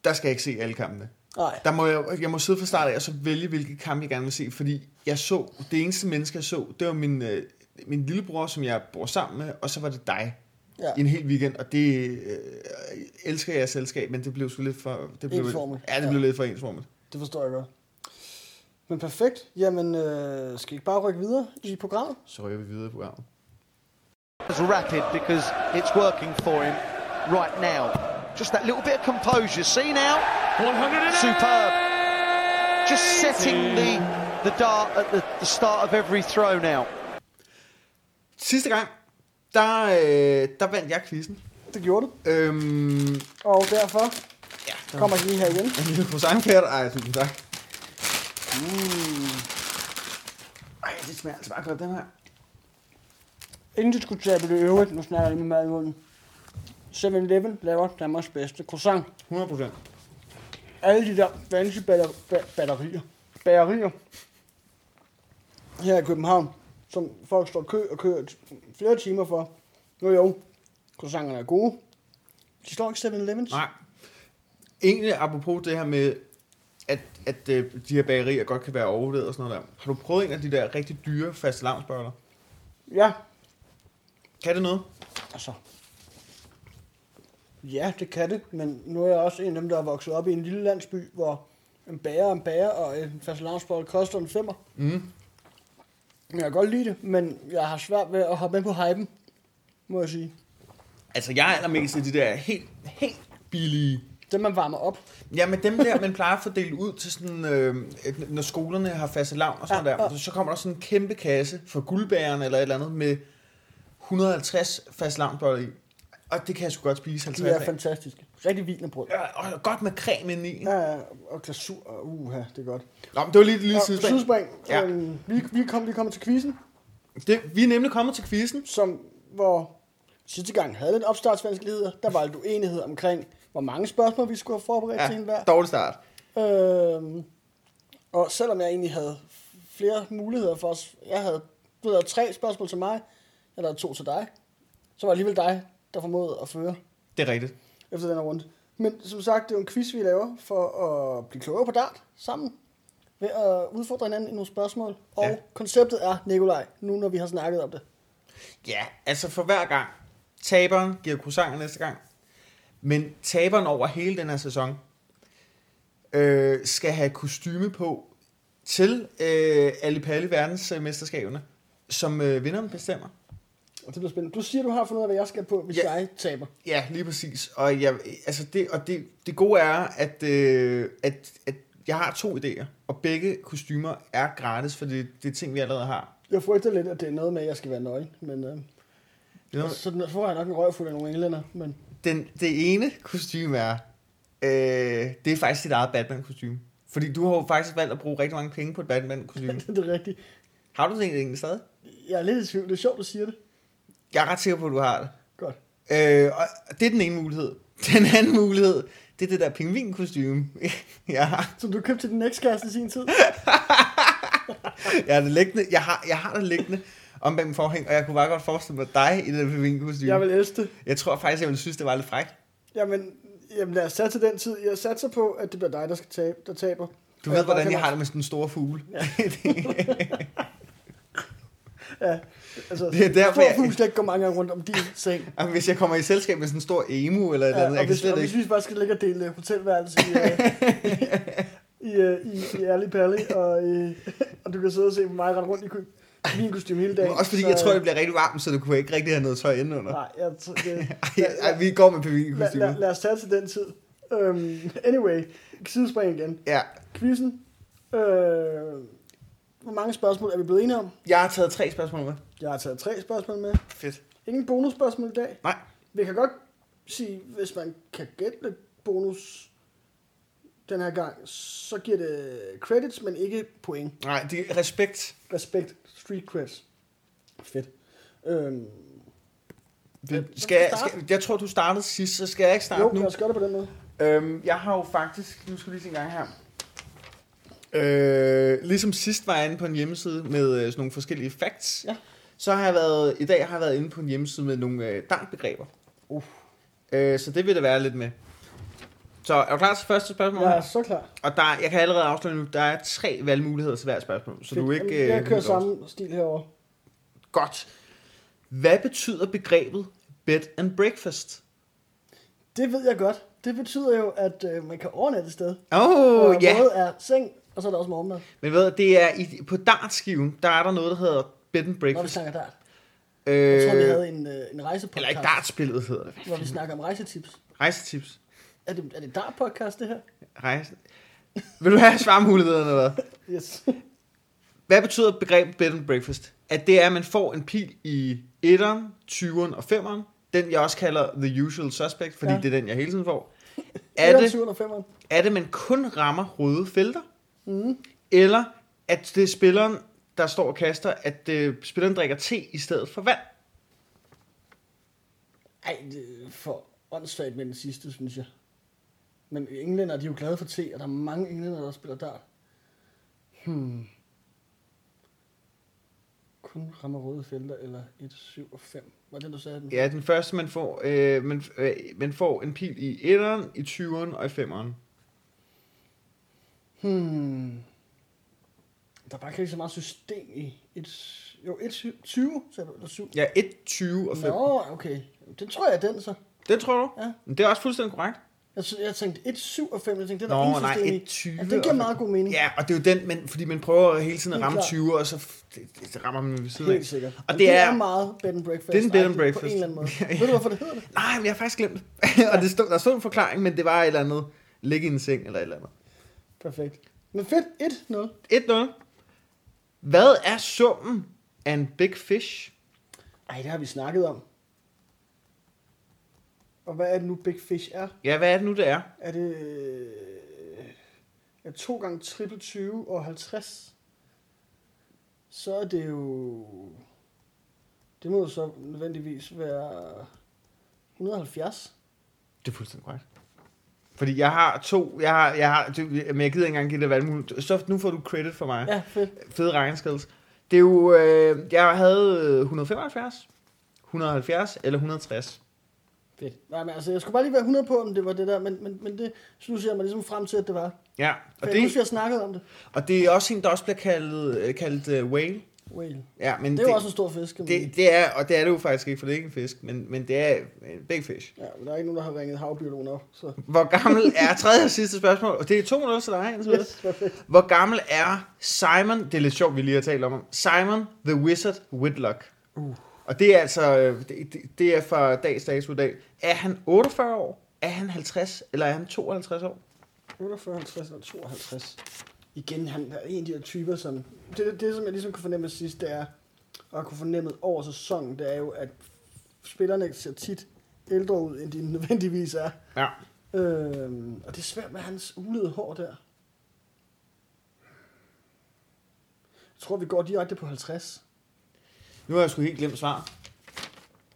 der skal jeg ikke se alle kampene. Nej, Der må jeg, jeg må sidde fra start af og så vælge, hvilke kampe jeg gerne vil se, fordi jeg så, det eneste menneske, jeg så, det var min, øh, min lillebror, som jeg bor sammen med, og så var det dig ja. i en hel weekend, og det øh, elsker jeg selskab, men det blev sgu lidt for... Det blev, Ensformigt. Ja, det blev lidt for ensformet. det forstår jeg godt. Men perfekt. Jamen, øh, skal I ikke bare rykke videre i programmet? Så rører vi videre på programmet. as rapid because it's working for him right now. Just that little bit of composure. See now? 100 Superb. Just setting the, the dart at the, the start of every throw now. Sidste gang, der, øh, der vandt jeg quizzen. Det gjorde det. Øhm, Og derfor ja, der kommer I lige her igen. En lille croissantklat? Ej, tusind tak. Ej, det smager altså bare godt, den her. Indiskutabelt i øvrigt, nu snakker jeg lige med mad i munden. 7-Eleven laver Danmarks bedste croissant. 100 procent. Alle de der fancy batter- ba- batterier, bagerier her i København, som folk står i kø og kører t- flere timer for. Jo jo, croissanterne er gode. De står ikke 7-Elevens. Nej. Egentlig apropos det her med, at, at øh, de her bagerier godt kan være overvurderet og sådan noget der. Har du prøvet en af de der rigtig dyre faste lavnsbørler? Ja, Kan det noget? altså. Ja, det kan det, men nu er jeg også en af dem, der er vokset op i en lille landsby, hvor en bager og en bager og en fastelavnsbolle koster en femmer. Mm. Jeg kan godt lide det, men jeg har svært ved at hoppe med på hypen, må jeg sige. Altså, jeg er allermest af de der helt, helt billige Det man varmer op. Ja, men dem der, man plejer at fordele ud til sådan, øh, at når skolerne har faste lavn og sådan ja, der, så kommer der sådan en kæmpe kasse for guldbæren eller et eller andet med 150 faste lavnboller i. Og det kan jeg sgu godt spise De er 50 af. fantastiske. Rigtig vin og brød. Ja, og godt med creme ind i. Ja. Ja, ja, og glasur. og Uha, det er godt. Nå, men det var lige et lille Nå, ja, sidespring. Sidespring. Ja. Ja. Øhm, vi, vi, kom, vi kommer til quizzen, Det, vi er nemlig kommet til quizzen. som, hvor sidste gang havde lidt opstartsvanskeligheder. Der var lidt uenighed omkring, hvor mange spørgsmål vi skulle have forberedt ja. til Ja, enhver. dårlig start. Øhm, og selvom jeg egentlig havde flere muligheder for os, jeg havde du havde tre spørgsmål til mig, eller to til dig, så var det alligevel dig, der formåede at føre Det er rigtigt. efter den her runde. Men som sagt, det er jo en quiz, vi laver for at blive klogere på dart sammen, ved at udfordre hinanden i nogle spørgsmål. Og Ja. ja. konceptet er, Nikolaj, nu når vi har snakket om det. Ja, altså for hver gang. Taberen giver croissanter næste gang. Men taberen over hele den her sæson øh, skal have kostyme på til øh, Alipali verdensmesterskaberne, som øh, vinderen bestemmer. Og det bliver spændende. Du siger, du har fundet ud af, hvad jeg skal på, hvis Ja. ja. jeg taber. Ja, lige præcis. Og, jeg, altså det, og det, det gode er, at, øh, at, at jeg har to idéer, og begge kostymer er gratis, for det, det er ting, vi allerede har. Jeg frygter lidt, at det er noget med, at jeg skal være nøgen. Men, øh, altså, Det er noget- Så får jeg nok en røvfuld af nogle englænder. Men den, det ene kostume er, øh, det er faktisk dit eget Batman-kostume. Fordi du har jo faktisk valgt at bruge rigtig mange penge på et Batman-kostume. det er rigtigt. Har du det egentlig stadig? Jeg er lidt i tvivl. Det er sjovt, du siger det. Jeg er ret sikker på, at du har det. Godt. Øh, og det er den ene mulighed. Den anden mulighed, det er det der pingvin-kostume, jeg har. Som du købte til din ekskæreste i sin tid. Jeg har det liggende, jeg har, jeg har det liggende om bag min forhæng, og jeg kunne bare godt forestille mig dig i det der pingvin-kostume. Jeg Jeg, vil elske det. jeg tror faktisk, jeg ville synes, det var lidt frækt. Jamen, jamen lad os satse den tid. Jeg satser på, at det bliver dig, der, skal tabe, der taber. Du ved, Og bare hvordan kan- jeg har det med sådan en stor fugle. Ja, altså, Det er derfor, stor jeg- fugl skal ikke gå mange gange rundt om din seng. Jamen, hvis jeg kommer i selskab med sådan en stor emu eller et eller Ja, andet, og, jeg kan hvis, og slet hvis ikke. vi bare skal ligge og dele øh, hotelværelse i, øh, i, øh, i, i, i Ærlig Perli, og, øh, og du kan sidde og se mig rende rundt i kø, min kostume hele dagen. Men også fordi, så- jeg tror, det bliver rigtig varmt, så du kunne ikke rigtig have noget tøj indenunder. Nej, jeg, tror- det, Ej, ej, vi går med lad, lad, pavillonkostymer. lad os tage til den tid. Um, anyway, sidespring igen. Ja, Quizzen. Øh, hvor mange spørgsmål er vi blevet enige om? jeg har taget tre spørgsmål med. Jeg har taget tre spørgsmål med. Fedt. Ingen bonusspørgsmål i dag. Nej. Vi kan godt sige, hvis man kan gætte lidt bonus den her gang, så giver det credits, men ikke point. Nej, det er respekt. Respekt. Street creds. Fedt. Øhm, Det, skal, jeg, starte? skal, jeg tror, du startede sidst, så skal jeg ikke starte jo, nu. lad os gøre det på den måde. Øhm, jeg har jo faktisk, nu skal vi lige se en gang her. Øh, ligesom sidst var jeg inde på en hjemmeside med øh, sådan nogle forskellige facts. Ja. Så har jeg været, i dag har jeg været inde på en hjemmeside med nogle øh, dartbegreber. Uh. Øh, så det vil det være lidt med. Så er du klar til første spørgsmål? Jeg er så klar. Og der, jeg kan allerede afsløre nu, der er tre valgmuligheder til hver spørgsmål. Så du er ikke... Jamen, jeg øh, kører helt lost. samme stil herover. Godt. Hvad betyder begrebet bed and breakfast? Det ved jeg godt. Det betyder jo, at øh, man kan overnatte et sted. Åh, Oh, oh, ja. Både er seng, og så er der også morgenmad, Men ved du, det er i, på dartskiven, der er der noget, der hedder bed and når vi breakfast. snakker dart. Øh, Jeg tror, vi havde en, øh, en rejsepodcast, eller ikke dartspillet hedder det. hvor vi snakker om rejsetips. Rejsetips. Er det, er det dart-podcast, det her? Rejse. Vil du have svarmulighederne eller hvad? Yes. Hvad betyder begrebet bed and breakfast? At det er, at man får en pil i 1'eren, 20'eren og 5'eren. Den, jeg også kalder the usual suspect, fordi Ja. ja. det er den, jeg hele tiden får. Er Er det, det? femeren. er det, man kun rammer røde felter? Mm. Eller at det er spilleren, der står og kaster, at øh, spilleren drikker te i stedet for vand? Ej, det er for åndssvagt med den sidste, synes jeg. Men englænder, de er jo glade for te, og der er mange englænder, der spiller dart. Hmm. Kun rammer røde felter, eller 1, 7 og 5. Var det, du sagde? Den? Ja, den første, man får, øh, man, øh, man får en pil i 1'eren, i 20'eren og i 5'eren. Hmm. Der er bare ikke så meget system i. Et, jo, 1, 7, 20, sagde du, eller 7. Ja, 1, 20 og 5. Nå, okay. Det tror jeg er den så. Det tror du? Ja. Men det er også fuldstændig korrekt. Jeg, sy- jeg tænkte 1, 7 og 5. Jeg tænkte, det er der Nå, ingen nej, system i. 1, 20. Ja, det giver meget god mening. Ja, og det er jo den, men, fordi man prøver hele tiden at Helt ramme klart. 20, og så f- det, det, det rammer man ved siden Helt af. sikkert. Og det er, meget bed and breakfast. Det er en bed and Ej, På en breakfast. eller anden måde. Ja, ja. Ved du, hvorfor det hedder det? Nej, men jeg har faktisk glemt det. og det stod, der stod en forklaring, men det var et eller andet. Ligge i en seng eller et eller andet. Perfekt. Men fedt, 1-0. 1-0. Hvad er summen af en big fish? Ej, det har vi snakket om. Og hvad er det nu, Big Fish er? Ja, hvad er det nu, det er? Er det... øh, Ja, 2 gange triple 20 og 50. Så er det jo... Det må jo så nødvendigvis være 170. Det er fuldstændig korrekt. Fordi jeg har to, jeg har, jeg har, det- men jeg gider ikke engang give det valgmulighed. Så nu får du credit for mig. Ja, fedt. Fede regnskrids. Det er jo, øh, jeg havde øh, 175, 170 eller 160. Fedt. Nej, men altså, jeg skulle bare lige være 100 på, om det var det der, men, men, men det synes jeg mig ligesom frem til, at det var. Ja, Og og det... Jeg husker, det, jeg snakket om det. og det er også en, der også bliver kaldet, øh, kaldt øh, whale. Whale. Ja, men Det er jo også en stor fisk. kan man sige. det, det, er, og det er det jo faktisk ikke, for det er ikke en fisk, men, men det er en big fish. Ja, men der er ikke nogen, der har ringet havbiologen op. Så. Hvor gammel er, tredje og sidste spørgsmål, og det er to minutter til dig, indtil videre. Yes, perfekt. Hvor gammel er Simon, det er lidt sjovt, vi lige har talt om, ham. Simon the Wizard Whitlock. Uh. Og det er altså, øh, det, det- det er fra dags dags dag. Er han 48 år? Er han 50? Eller er han 52 år? 48, 50 og 52. Igen, han er en af de her typer, som... Det, det, som jeg ligesom kunne fornemme sidst, det er, og har kunne fornemme over sæsonen, det er jo, at spillerne ser tit ældre ud, end de nødvendigvis er. Ja. Øhm, og det er svært med hans ulede hår der. Jeg tror, vi går direkte på 50. Nu har jeg sgu helt glemt svar.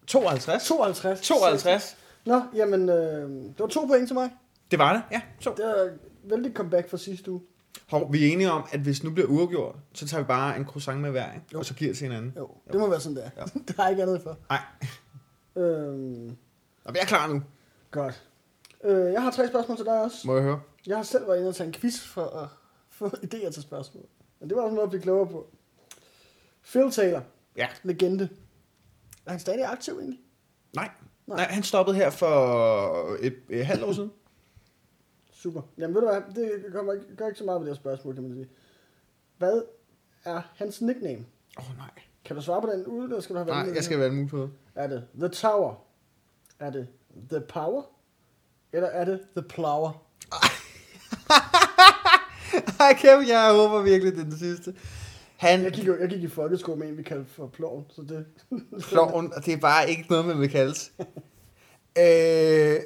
52? 52. 52? Nå, jamen, øh, det var to point til mig. Det var det, ja. To. Det er vældig comeback fra sidste uge. Hov, vi er enige om, at hvis nu bliver uafgjort, så tager vi bare en croissant med hver, ikke? Jo. og så giver det til hinanden. Jo, det må være sådan, det er. Ja. der er ikke andet for. Nej, Øhm, Nå, men jeg er klar nu, godt. Øh, jeg har tre spørgsmål til dig også. må jeg høre. Jeg har selv været inde og tage en quiz for at få idéer til spørgsmål. Men det var også en måde at blive klogere på. Phil Taylor, Ja. legende. Er han stadig aktiv egentlig? Nej. Nej. Nej, Nej han stoppede her for et, et halvt år siden. Super. Jamen ved du hvad, det kommer ikke, gør ikke så meget ved det her spørgsmål, kan man sige. Hvad er hans nickname? Åh oh, nej. Kan du svare på den ude, eller skal du have Nej, valgt jeg den? skal være en mulighed. Er det The Tower? Er det The Power? Eller er det The Plower? Ej, kæft, jeg håber virkelig, det er den sidste. Han Jeg gik, jo- jeg gik i folkesko med en, vi kaldte for ploven, så det... Kloven, og det er bare ikke noget, man vil kaldes. øh,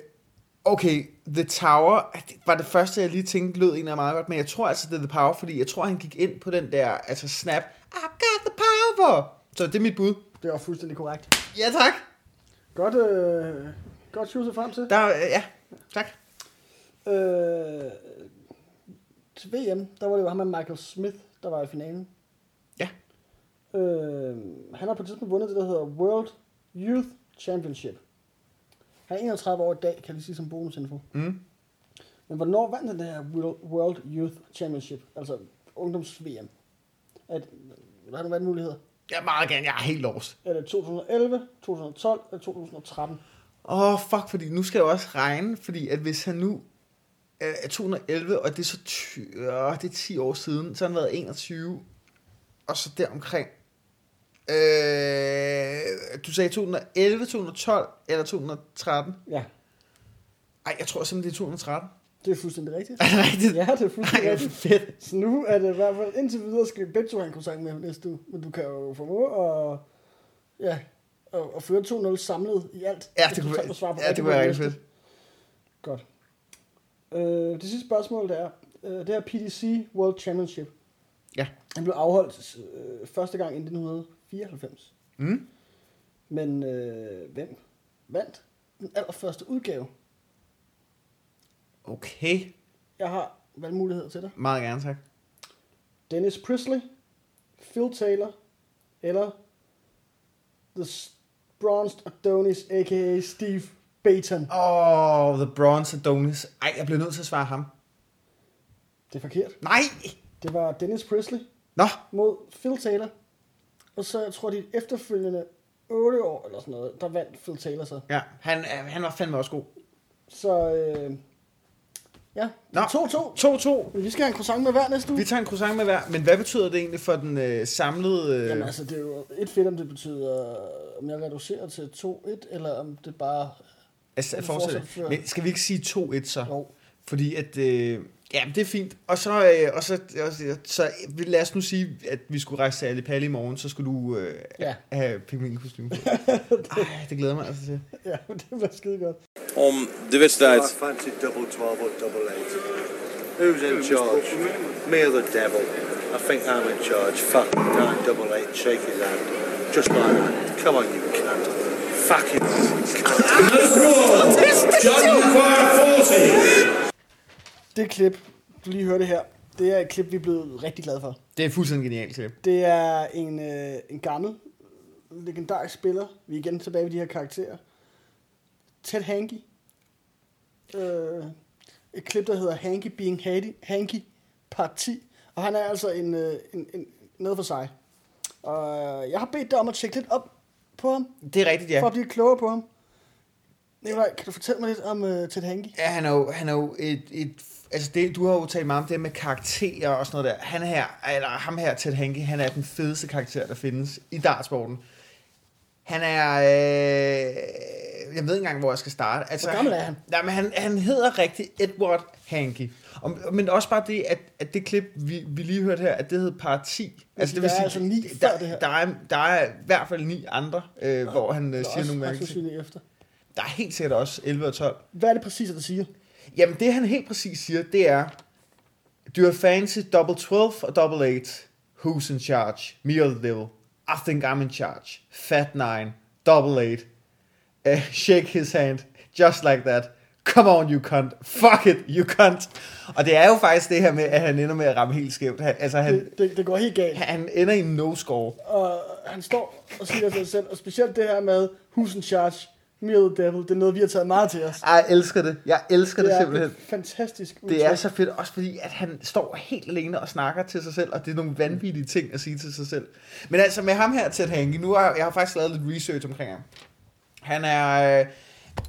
okay, The Tower det var det første, jeg lige tænkte, lød egentlig meget godt, men jeg tror altså, det er The Power, fordi jeg tror, han gik ind på den der, altså snap, I've got the power! Så det er mit bud. det var fuldstændig korrekt. Ja, tak. Godt, øh, godt sjusset frem til. Der, ja, tak. Øh, til VM, der var det jo ham med Michael Smith, der var i finalen. Ja. Øh, han har på et tidspunkt vundet det, der hedder World Youth Championship. Han er 31 år i dag, kan jeg lige sige som bonusinfo. Mm. Men hvornår vandt han det her World- World Youth Championship? Altså ungdoms-VM. At, har du været muligheder? Jeg er meget gerne, jeg er helt lost. Er det 2011, 2012 eller 2013? Åh, oh, fuck, fordi nu skal jeg jo også regne, fordi at hvis han nu er 211, og det er så 20, åh, det er 10 år siden, så har han været 21, og så deromkring. Øh, du sagde 211, 212 eller 213? Ja, Ej, jeg tror simpelthen, det er 213. det er fuldstændig rigtigt. Er det rigtigt? Ja, det er fuldstændig Ej, hvor rigtigt. fedt. Så nu er det i hvert fald indtil videre, skal begge to have en kontakt med næste uge. Men du kan jo formå at, ja, at, at føre 2-0 samlet i alt. Ja, Hvis det du kunne tager- svarer på være, ja, det rigtig kunne være mange rigtig fedt. næste. Godt. Øh, det sidste spørgsmål, det er, øh, det her PDC World Championship, Ja. den blev afholdt øh, første gang i 1994. Mm. Men øh, hvem vandt den allerførste udgave? Okay, Jeg har valgmuligheder til dig. meget gerne tak. Dennis Prisley, Phil Taylor, eller The S- Bronzed Adonis, a.k.a. Steve Baton. Åh, oh, The Bronze Adonis. Ej, jeg bliver nødt til at svare ham. Det er forkert. Nej! Det var Dennis Prisley Nå, mod Phil Taylor. Og så jeg tror de efterfølgende 8 år eller sådan noget, der vandt Phil Taylor så. ja, han, er- han var fandme også god. Så øh, ja, Nå. 2-2. 2-2. Men vi skal have en croissant med hver næste uge. Vi tager en croissant med hver, men hvad betyder det egentlig for den øh, samlede... Øh... Jamen altså, det er jo et fedt, om det betyder, om jeg reducerer til 2-1, eller om det bare... Altså, at Vi fortsætte. fortsætter. Men skal vi ikke sige 2-1 så? Jo. Fordi at, øh, ja, det er fint. Og så, øh, og så, og så, så vi- lad os nu sige, at vi skulle rejse til Alipalli i morgen, så skulle du øh, Ja. have pingvinkostyme. Ej, det glæder jeg mig altså til. Ja, det var skide godt. om de wedstrijd. I fancy double 12 or double 8. Who's in charge? Me or the devil? I think I'm in charge. Fuck down double 8, shake his hand. Just like that. Come on, you cunt. Fucking cunt. Det klip, du lige hørte her, det er et klip, vi er blevet rigtig glade for. Det er fuldstændig genialt til. Det er en, øh, en gammel, legendarisk spiller. Vi er igen tilbage ved de her karakterer. Ted Hanky. Øh, et klip, der hedder Hanky Being Hanky, Hanky Part 10. Og han er altså en, øh, en, en, noget for sig. Og jeg har bedt dig om at tjekke lidt op på ham, Det er rigtigt, ja. for at blive klogere på ham. Nikolaj, kan du fortælle mig lidt om øh, Ted Hanky? Ja, han er jo, han er jo et, et altså det, du har jo talt meget om det med karakterer og sådan noget der. Han her, eller ham her, Ted Henke, han er den fedeste karakter, der findes i dartsporten. Han er, øh, jeg ved ikke engang, hvor jeg skal starte. Altså, Hvor gammel er han? Nej, men han, han hedder rigtig Edward Hanke. Og, men også bare det, at, at det klip, vi, vi lige hørte her, at det hed par 10. der er altså ni der, før det her. Der er, der er i hvert fald ni andre, øh, hvor han øh, siger nogle gange. ting. gange. efter. Der er helt sikkert også 11 og 12. Hvad er det præcis, at det siger? Jamen, det han helt præcis siger, det er, Do you fancy double 12 og double 8? Who's in charge? Me or the devil? I think I'm in charge. Fat 9. Double 8. Uh, shake his hand. Just like that. Come on, you cunt. Fuck it, you cunt. Og det er jo faktisk det her med, at han ender med at ramme helt skævt. Han, altså, han, Det, det, det går helt galt. han ender i en no-score. Og han står og siger sig selv, og specielt det her med Husen Charge, Middle Devil, det er noget, vi har taget meget til os. Ej, jeg elsker det. Jeg elsker det, Det det er et simpelthen. fantastisk udtryk. Det er så fedt, også fordi at han står helt alene og snakker til sig selv, og det er nogle vanvittige ting at sige til sig selv. Men altså med ham her, Ted Hanke, nu har jeg, jeg har faktisk lavet lidt research omkring ham. Han er, øh,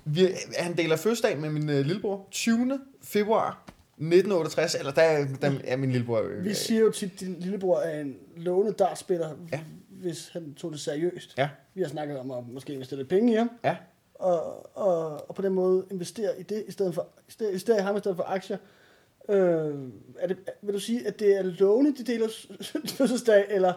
vi, han deler fødselsdag med min øh, lillebror, 20. februar 1968, eller der, der er min lillebror. Øh, Vi siger jo tit, at din lillebror er en lovende dartspiller, ja. hvis han tog det seriøst. Ja. Vi har snakket om at måske investere lidt penge i ham, ja, og, og, og på den måde investere i det, i stedet for, i stedet- investere i ham i stedet for aktier. Øh, er det, vil du sige, at det er lovende, de deler s- fødselsdag, eller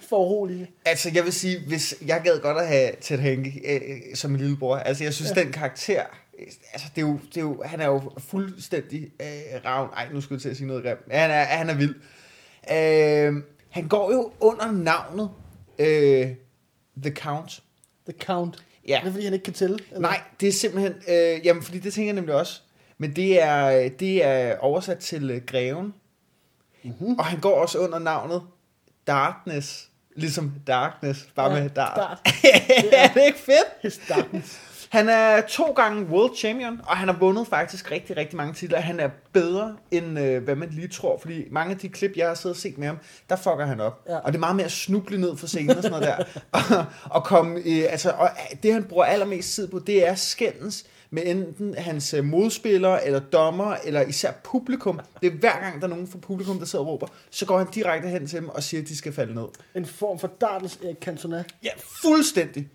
foruroligende? Altså, jeg vil sige, hvis jeg gad godt at have Ted Henke øh, som min lillebror. Altså, jeg synes, ja. den karakter... øh, Altså, det er jo, det er jo, han er jo fuldstændig øh, ravn. Ej, nu skulle jeg til at sige noget grimt. Han er, han er vild. Øh, han går jo under navnet øh, The Count. The Count. Ja. Det er, fordi han ikke kan tælle? Eller? Nej, det er simpelthen... Øh, jamen, fordi det tænker jeg nemlig også. Men det er, øh, det er oversat til øh, Greven. Mm-hmm. Og han går også under navnet Darkness. Ligesom Darkness, bare Ja, ja, med Dart. dart. er det ikke fedt? His darkness. Han er to gange world champion, og han har vundet faktisk rigtig, rigtig mange titler. Han er bedre, end øh, hvad man lige tror, fordi mange af de klip, jeg har siddet og set med ham, der fucker han op. Ja. Ja. Og det er meget mere at snuble ned for scenen og sådan noget der. og, og, komme, øh, altså, og det, han bruger allermest tid på, det er skændens med enten hans øh, modspiller, eller dommer, eller især publikum. Det er hver gang, der er nogen fra publikum, der sidder og råber, så går han direkte hen til dem og siger, at de skal falde ned. En form for dartens Erik Cantona. Ja, fuldstændig.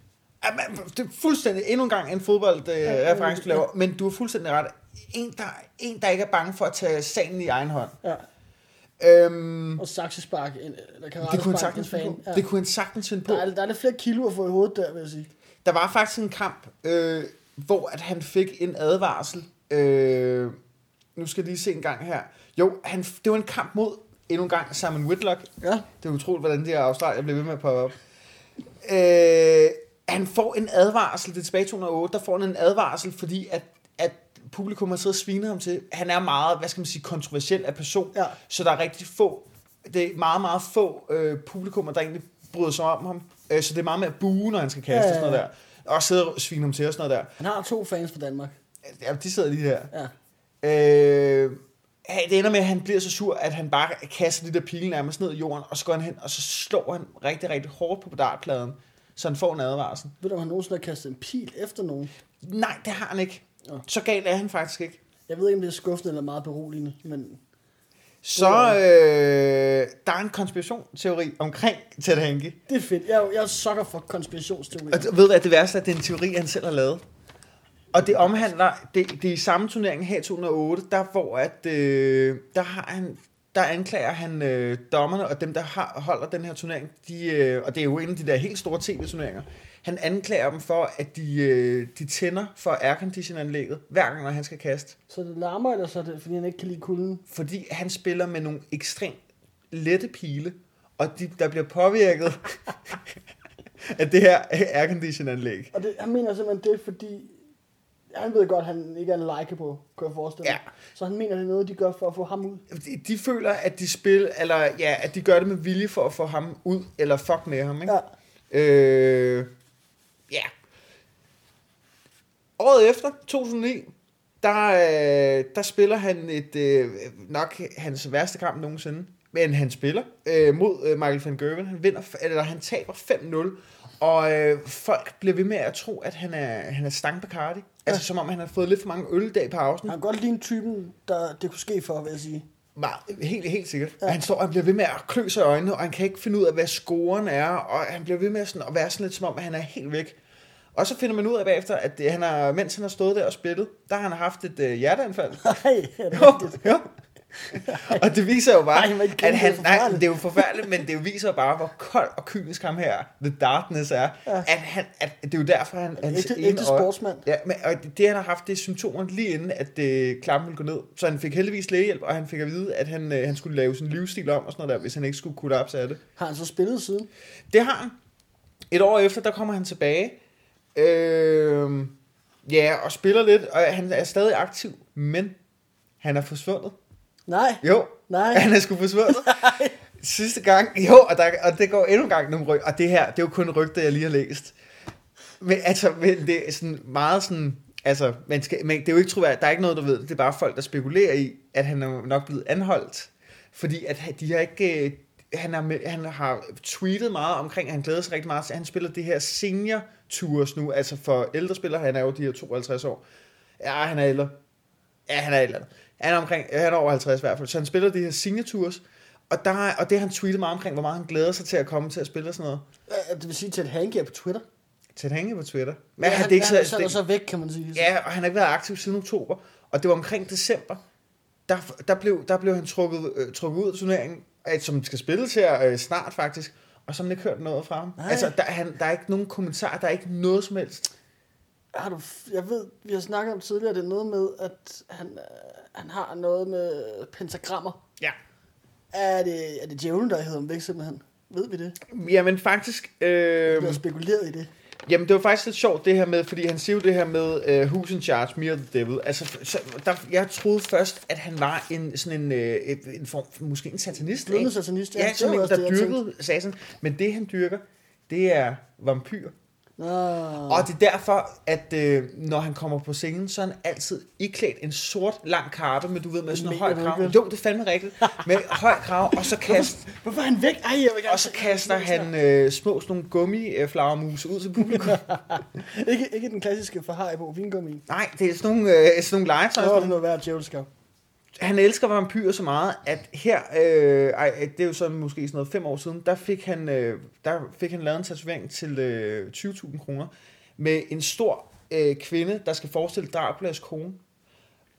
Ja, man, det er fuldstændig endnu en gang en fodboldreference, øh, du laver. Men du har fuldstændig ret. En der, en, der ikke er bange for at tage sagen i egen hånd. Ja. Øhm, Og saksespark, en- eller karate det, kunne han sagtens finde på. Ja. det kunne han sagtens finde på. Der, er, der er lidt flere kilo at få i hovedet der, vil jeg sige. Der var faktisk en kamp, øh, hvor at han fik en advarsel. Øh, nu skal jeg lige se en gang her. Jo, han, det var en kamp mod endnu en gang Simon Whitlock. Ja. Det er utroligt, hvordan de her Australier bliver ved med at poppe op. Øh, han får en advarsel, det er tilbage i 208, der får han en advarsel, fordi at, at publikum har siddet og svinet ham til. Han er meget, hvad skal man sige, kontroversiel af person, Ja. så der er rigtig få, det er meget, meget få øh, publikummer, der egentlig bryder sig om ham. Øh, så det er meget med at buge, når han skal kaste Ja, ja, ja, og sådan noget der. Og sidde og svine ham til og sådan noget der. Han har to fans fra Danmark. Ja, de sidder lige her. Ja. Øh, ja, det ender med, at han bliver så sur, at han bare kaster de der pile nærmest ned i jorden, og så går han hen, og så slår han rigtig, rigtig hårdt på dartpladen, så han får en advarsel. Ved du, om han nogensinde har kastet en pil efter nogen? Nej, det har han ikke. Nå. Så galt er han faktisk ikke. Jeg ved ikke, om det er skuffende eller meget beroligende, men Så øh, der er en konspirationsteori omkring Ted Hanke. det er fedt. Jeg, er jo- jeg er sucker for konspirationsteorier. Og d- ved du hvad, det værste er, at det er en teori, han selv har lavet. Og det omhandler, det, det er i samme turnering her i 2008, der hvor at, øh, der har han, der anklager han øh, dommerne og dem, der har, holder den her turnering, de, øh, og det er jo en af de der helt store tv-turneringer, han anklager dem for, at de, øh, de tænder for airconditionanlægget, hver gang, når han skal kaste. Så det larmer, eller så er det, fordi han ikke kan lide kulden? Fordi han spiller med nogle ekstremt lette pile, og de, der bliver påvirket af det her airconditionanlæg. Og det, han mener simpelthen det, er, fordi han ved godt, at han ikke er en like på, kunne jeg forestille mig. Ja. Så han mener, det er noget, de gør for at få ham ud. de, de føler, at de spil, eller ja, at de gør det med vilje for at få ham ud, eller fuck med ham, ikke? Ja. Øh, ja. Året efter, 2009, der, øh, der spiller han et, øh, nok hans værste kamp nogensinde, men han spiller øh, mod øh, Michael van Gerwen. Han, vinder, f- eller han taber 5-0, og øh, folk bliver ved med at tro, at han er, han er stang Bacardi. Altså som om han har fået lidt for mange øldag i pausen. Han kan godt ligne typen, der det kunne ske for, vil jeg sige. Meget, helt, helt sikkert. Ja. Han står og han bliver ved med at klø sig i øjnene, og han kan ikke finde ud af, hvad scoren er, og han bliver ved med sådan at være sådan lidt som om, at han er helt væk. Og så finder man ud af bagefter, at det, han har, mens han har stået der og spillet, der har han haft et øh, hjerteanfald. Nej, er det Jo, jo. rigtigt? og det viser jo bare, Nej, men ikke at han, det er nej, forfærdeligt. det er jo forfærdeligt, men det jo viser bare, hvor kold og kynisk ham her, The Darkness er, ja. at, han, at det er jo derfor, han, han ægte- ægte sportsmand. Ja, men, og det, det, han har haft, det er symptomerne lige inden, at det, klampen ville gå ned. Så han fik heldigvis lægehjælp, og han fik at vide, at han, øh, han skulle lave sin livsstil om, og sådan noget der, hvis han ikke skulle kollapse af det. Har han så spillet siden? Det har han. Et år efter, der kommer han tilbage. Øh, ja, og spiller lidt, og han er stadig aktiv, men han er forsvundet. Nej. Jo. Nej. Han er sgu forsvundet. Sidste gang. Jo, og, der, og det går endnu en gang nogle ryg. Og det her, det er jo kun rygter, jeg lige har læst. Men, altså, men det er sådan meget sådan... Altså, man skal, men det er jo ikke troværdigt. Der er ikke noget, der ved. det. Det er bare folk, der spekulerer i, at han er nok blevet anholdt. Fordi at han- de har ikke... øh, Han, er, med- han har tweetet meget omkring, at han glæder sig rigtig meget til, at han spiller det her senior tours nu, altså for ældre spillere, han er jo de her 52 år. Ja, han er ældre. Ja, han er et eller andet. Han er, omkring, han er over 50 i hvert fald. Så han spiller de her signatures. Og, der, er- og det har han tweetet meget omkring, hvor meget han glæder sig til at komme til at spille og sådan noget. Øh, Det vil sige til et hanke på Twitter. Til at hænge på Twitter. Men ja, han, han, det er ikke han, så, så, det, så væk, kan man sige. ja, og han har ikke været aktiv siden oktober. Og det var omkring december, der, der, blev, der blev han trukket, øh, trukket ud af turneringen, at, som skal spilles her øh, snart faktisk, og som ikke hørt noget fra ham. Nej. Altså, der, er han, der er ikke nogen kommentar, der er ikke noget som helst. Har du, f- jeg ved, vi har snakket om tidligere, det er noget med, at han, øh, han har noget med pentagrammer. Ja. Er det, er det djævlen, der hedder om væk simpelthen? Ved vi det? Jamen faktisk, øh, Vi har spekuleret i det. jamen, det var faktisk lidt sjovt det her med, fordi han siger jo det her med øh, Who's in charge, me or the devil. Altså, f- så, der, jeg troede først, at han var en, sådan en, øh, et- en form, for- måske en satanist. Glødende ikke? satanist, ja. ja. Det Ja, var som en, også det, der jeg tænkte. dyrkede satan. Men det han dyrker, det er vampyr. Nå, Og det er derfor, at øh, når han kommer på scenen, så er han altid iklædt en sort lang karpe, men du ved, med sådan en mener høj du krav. ikke? Jo, det er fandme rigtigt. Med høj krav, og så, kast, hvorfor er han væk? Ej, jeg vil gerne og så kaster han øh, små sådan nogle gummiflagermuse ud til publikum. Ikke, ikke den klassiske fra Haribo vingummi. Nej, det er sådan nogle, øh, sådan nogle Så legetøj. er sådan det noget værd djævelskab. han elsker vampyrer så meget, at her, øh, ej, det er jo så måske sådan noget fem år siden, der fik han, øh, der fik han lavet en tatovering til øh, 20.000 kroner med en stor øh, kvinde, der skal forestille Draculas kone.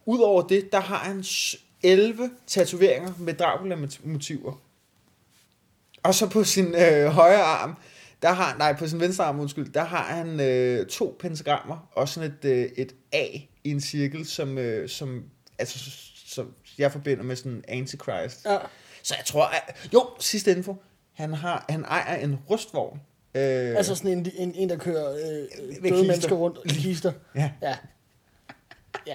Udover det, der har han s- 11 tatoveringer med Dracula-motiver. Og så på sin øh, højre arm, der har, nej, på sin venstre arm, undskyld, der har han øh, to pentagrammer og sådan et, øh, et A i en cirkel, som, øh, som, altså, s- som jeg forbinder med sådan antichrist. Ja. Så jeg tror, at, jo, sidste info, han, har, han ejer en rustvogn. Øh, Altså sådan en, en, en der kører øh, døde kister. mennesker rundt i kister. Ja. ja. ja.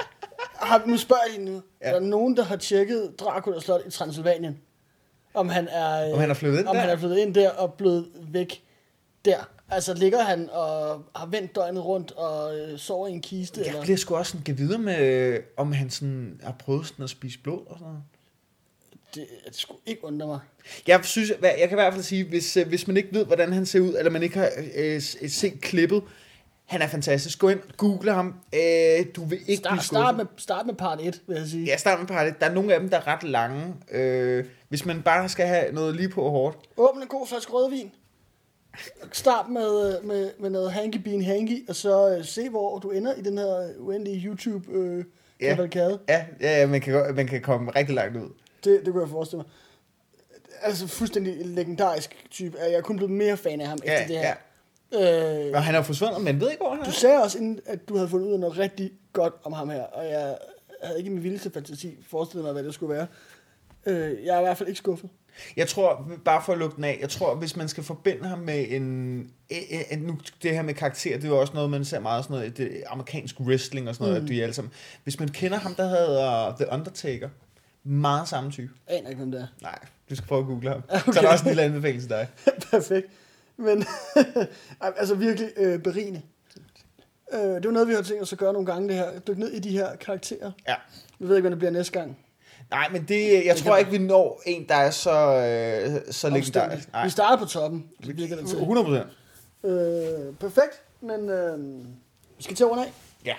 Har, nu spørger jeg lige nu. Ja. Er der nogen, der har tjekket Dracula Slot i Transylvanien? Om han er, øh, Om han er flyttet ind om der? Han er flyttet ind der og blevet væk der. Altså ligger han og har vendt døgnet rundt og øh, sover i en kiste? jeg eller? bliver sgu også sådan, kan videre med, øh, om han sådan har prøvet sådan at spise blod og sådan noget. Det, det skulle ikke undre mig. Jeg, synes, hvad- jeg kan i hvert fald sige, hvis, øh, hvis man ikke ved, hvordan han ser ud, eller man ikke har øh, s- set klippet, han er fantastisk. Gå ind, google ham. Øh, du vil ikke blive Start, skuffet. start, med, start med part 1, vil jeg sige. Ja, start med party. Der er nogle af dem, der er ret lange. Øh, hvis man bare skal have noget lige på hårdt. Åbn en god flaske rødvin. Start med, øh, med, med noget hanky bean hanky, og så øh, se, hvor du ender i den her uendelige youtube øh, Ja. kavalkade. Ja, ja, ja man, kan, godt- man kan komme rigtig langt ud. Det, det kunne jeg forestille mig. Altså fuldstændig legendarisk type. Jeg er kun blevet mere fan af ham Ja, ja, efter det her. Ja. Øh, Og han er jo forsvundet, men ved ikke, hvor han du er. sagde også inden, at du havde fundet ud af noget rigtig godt om ham her, og jeg havde ikke i min vildeste fantasi forestillet mig, hvad det skulle være. Øh, jeg er i hvert fald ikke skuffet. Jeg tror, bare for at lukke den af, jeg tror, hvis man skal forbinde ham med en... en, en nu, det her med karakter, det er jo også noget, man ser meget sådan noget, i det, amerikansk wrestling og sådan noget, mm. at de er alle sammen. Hvis man kender ham, der hedder The Undertaker, meget samme type. Jeg aner ikke, hvem det er. Nej, du skal prøve at google ham. Okay. Så er der også en lille anbefaling til dig. Perfekt. Men ej, altså virkelig øh, berigende. Øh, det er jo noget, vi har tænkt os at gøre nogle gange, det her. Dykke ned i de her karakterer. Ja. Vi ved ikke, hvad det bliver næste gang. Nej, men det, øh, jeg tror ikke, vi når en, der er så, øh, så legendarisk. Omstændigt. Nej, Vi starter på toppen. Det virker det til. 100 procent. Øh, perfekt, men øh, vi skal til at runde af. Ja.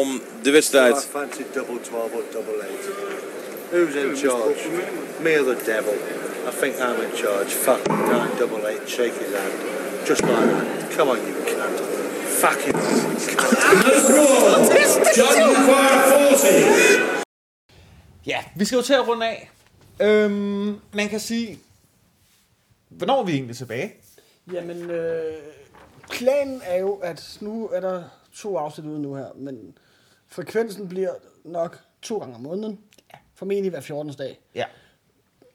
om de I wedstrijd. fancy double 12 or double 8. Who's in charge? Me or the devil? I think I'm in charge. Fucking nine double eight, shake his hand. Just like that. Come on, you cunt. Fucking cunt. Ja, vi skal jo til at runde af. Øhm, man kan sige, hvornår er vi egentlig tilbage? Jamen, øh, planen er jo, at nu er der to afsnit ude nu her, men frekvensen bliver nok to gange om måneden. Formentlig hver 14. dag. Ja.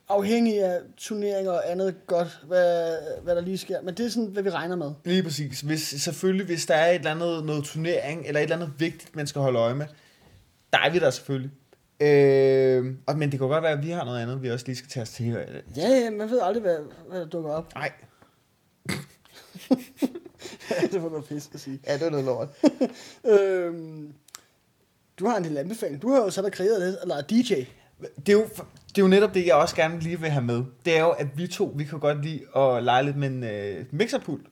afhængig af turneringer og andet godt, hvad, hvad der lige sker. Men det er sådan, hvad vi regner med. Lige præcis. Hvis, selvfølgelig, hvis der er et eller andet noget turnering, eller et eller andet vigtigt, man skal holde øje med, der er vi der selvfølgelig. Øh, og, men det kan godt være, at vi har noget andet, vi også lige skal tage os til. Ja, ja, man ved aldrig, hvad, hvad der dukker op. Nej, det var noget pis at sige. ja, det er noget lort. øhm, du har en lille anbefaling. Du har jo så der kreeret det, eller er DJ. Det er, jo, det er jo netop det, jeg også gerne lige vil have med. Det er jo, at vi to, vi kan godt lide at lege lidt med en øh, mixerpult.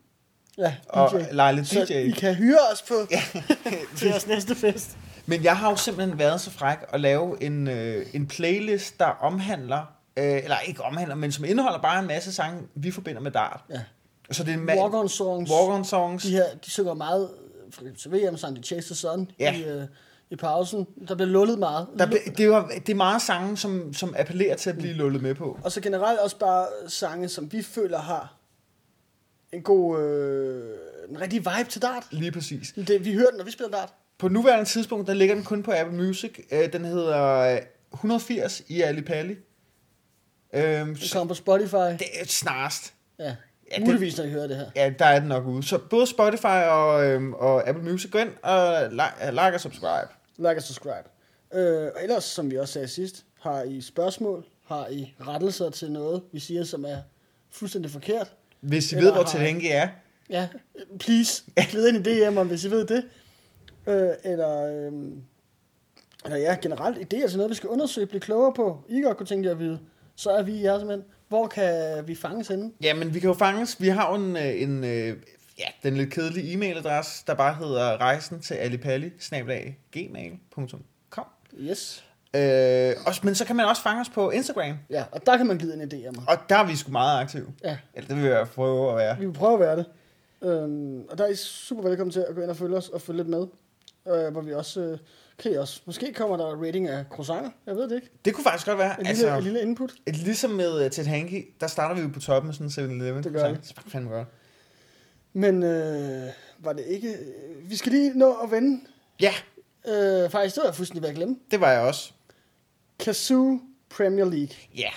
Ja, DJ. Og lege lidt Så DJ. I kan hyre os på ja. til jeres næste fest. Men jeg har jo simpelthen været så fræk at lave en, øh, en playlist, der omhandler, øh, eller ikke omhandler, men som indeholder bare en masse sange, vi forbinder med dart. Ja. Så det er en ma- Walk on songs. Walk on songs. De her, de synger meget, øh, for eksempel VM-sang, de Chase the Sun, Ja. i, øh, i pausen. Der blev lullet meget. Der, ble- det, var, det er meget sange, som, som appellerer til at blive lullet med på. Og så generelt også bare sange, som vi føler har en god, øh, en rigtig vibe til dart. Lige præcis. Det, vi hører den, når vi spiller dart. På nuværende tidspunkt, der ligger den kun på Apple Music. Øh, Den hedder øh, 180 i Ali Pali. Øhm, Det så kommer på Spotify. Det, det er snarest. ja. Ja, ja det- Muligvis, når I hører det her. Ja, der er den nok ude. Så både Spotify og, øhm, og Apple Music, gå ind og like, like og subscribe. Like og subscribe. Øh, og ellers, som vi også sagde sidst, har I spørgsmål, har I rettelser til noget, vi siger, som er fuldstændig forkert, Hvis I Eller ved, hvor har- tilhængelig er. ja, please, glid ind i DM'er, hvis I ved det. Øh, eller, øh, eller ja, generelt idéer til noget, vi skal undersøge, blive klogere på, I godt kunne tænke jer at vide, så er vi jeres mænd. Hvor kan vi fanges henne? Jamen, vi kan jo fanges. Vi har jo en, øh, en øh, ja, den lidt kedelige e-mailadresse, der bare hedder rejsen til alipali, gmail.com. Yes. Øh, og, men så kan man også fange os på Instagram, Ja, og der kan man glide ind i DM'er. og der er vi sgu meget aktive. Ja. Eller det vil jeg prøve at være. Vi vil prøve at være det. Øhm, og der er I super velkommen til at gå ind og følge os og følge lidt med. Øh, hvor vi også øh, kan I også. Måske kommer der rating af croissanter. Jeg ved det ikke. Det kunne faktisk godt være. En, altså, lille, en Altså, lille input. ligesom med øh, Ted Hanke, der starter vi jo på toppen med sådan en 7-Eleven. Det gør Så- vi. Det er fandme godt. Men øh, var det ikke... øh, Vi skal lige nå at vende. Ja, Øh, faktisk, det var jeg fuldstændig ved at glemme. det var jeg også. Kazoo Premier League. Ja.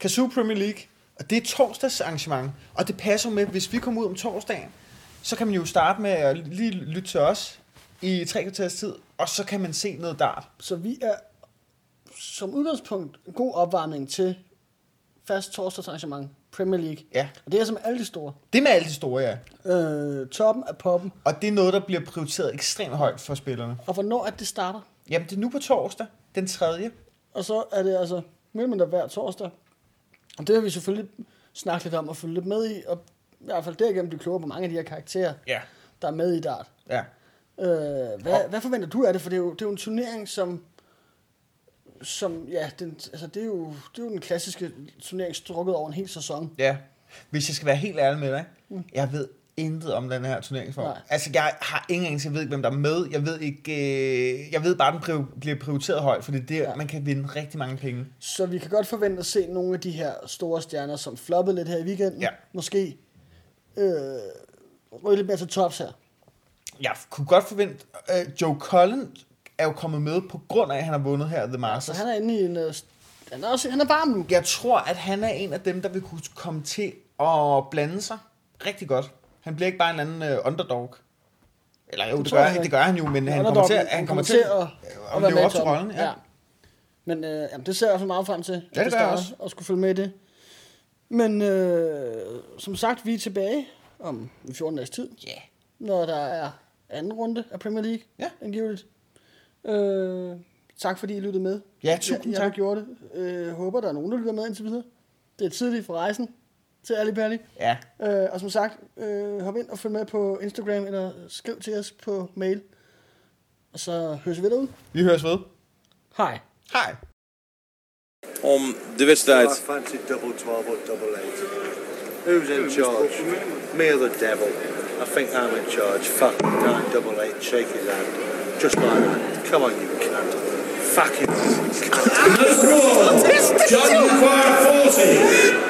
Kazoo Premier League. Og det er torsdags arrangement. Og det passer jo med, hvis vi kommer ud om torsdagen, så kan man jo starte med at lige lytte til os i tre kvarters tid, og så kan man se noget dart. Så vi er som udgangspunkt en god opvarmning til fast torsdagsarrangement Premier League. Ja. Og det er som alle de store. Det er med alle de store, ja. Øh, toppen af poppen. Og det er noget, der bliver prioriteret ekstremt højt for spillerne. Og hvornår er det, det starter? Jamen, det er nu på torsdag, den 3. Og så er det altså medlemmer hver torsdag. Og det vil vi selvfølgelig snakke lidt om og følge lidt med i, og i hvert fald derigennem blive klogere på mange af de her karakterer, Ja. der er med i dart. Ja. Øh, hvad, hvad forventer du af det? For det er jo, det er jo en turnering, som, som ja, den, altså det, er jo, det er jo den klassiske turnering strukket over en hel sæson. Ja. Hvis jeg skal være helt ærlig med dig, jeg ved intet om den her turneringsform. Mm. Nej. Altså, jeg har ingen anelse. Jeg ved ikke, hvem der er med. Jeg ved ikke... Øh, jeg ved bare, den prior- bliver prioriteret højt, for det er der, Ja. ja. man kan vinde rigtig mange penge. Så vi kan godt forvente at se nogle af de her store stjerner, som floppede lidt her i weekenden. Ja. Måske øh, ryge lidt mere til tops her. Jeg kunne godt forvente... Øh, Joe Cullen er jo kommet med på grund af, at han har vundet her The Så Masters. han er inde i en... øh, st- Han er, også, han er varm nu. Jeg tror, at han er en af dem, der vil kunne komme til at blande sig rigtig godt. Han bliver ikke bare en anden øh, underdog. Eller jo, det, tror gør, jeg han, ikke. det gør han jo, men Ja, han underdog, kommer til, men at- han kommer til at, at være leve i op til toppen. rollen. Ja. Ja. Men øh, jamen, det ser jeg i hvert fald meget frem til. at det gør jeg starter, også. Og skulle følge med i det. Men øh, som sagt, vi er tilbage om 14 dages tid, Yeah. når der er anden runde af Premier League, Ja. angiveligt. Øh, tak fordi I lyttede med. Ja, tusind jeg, jeg tak. gjorde det. Øh, håber, der er nogen, der lytter med indtil videre. Det er tidligt for rejsen til Ali Perli. Ja. Øh, og som sagt, øh, hop ind og følg med på Instagram, eller skriv til os på mail. Og så høres vi ved derude. Vi høres ved. Hej. Hej. om det värsta är I att fancy double 12 or double 8. Who's in charge? Me or the devil? I think I'm in charge. Fuck nine double eight, shake his hand. Just like that. Come on, you cunt. Fucking cunt. Judge required 40.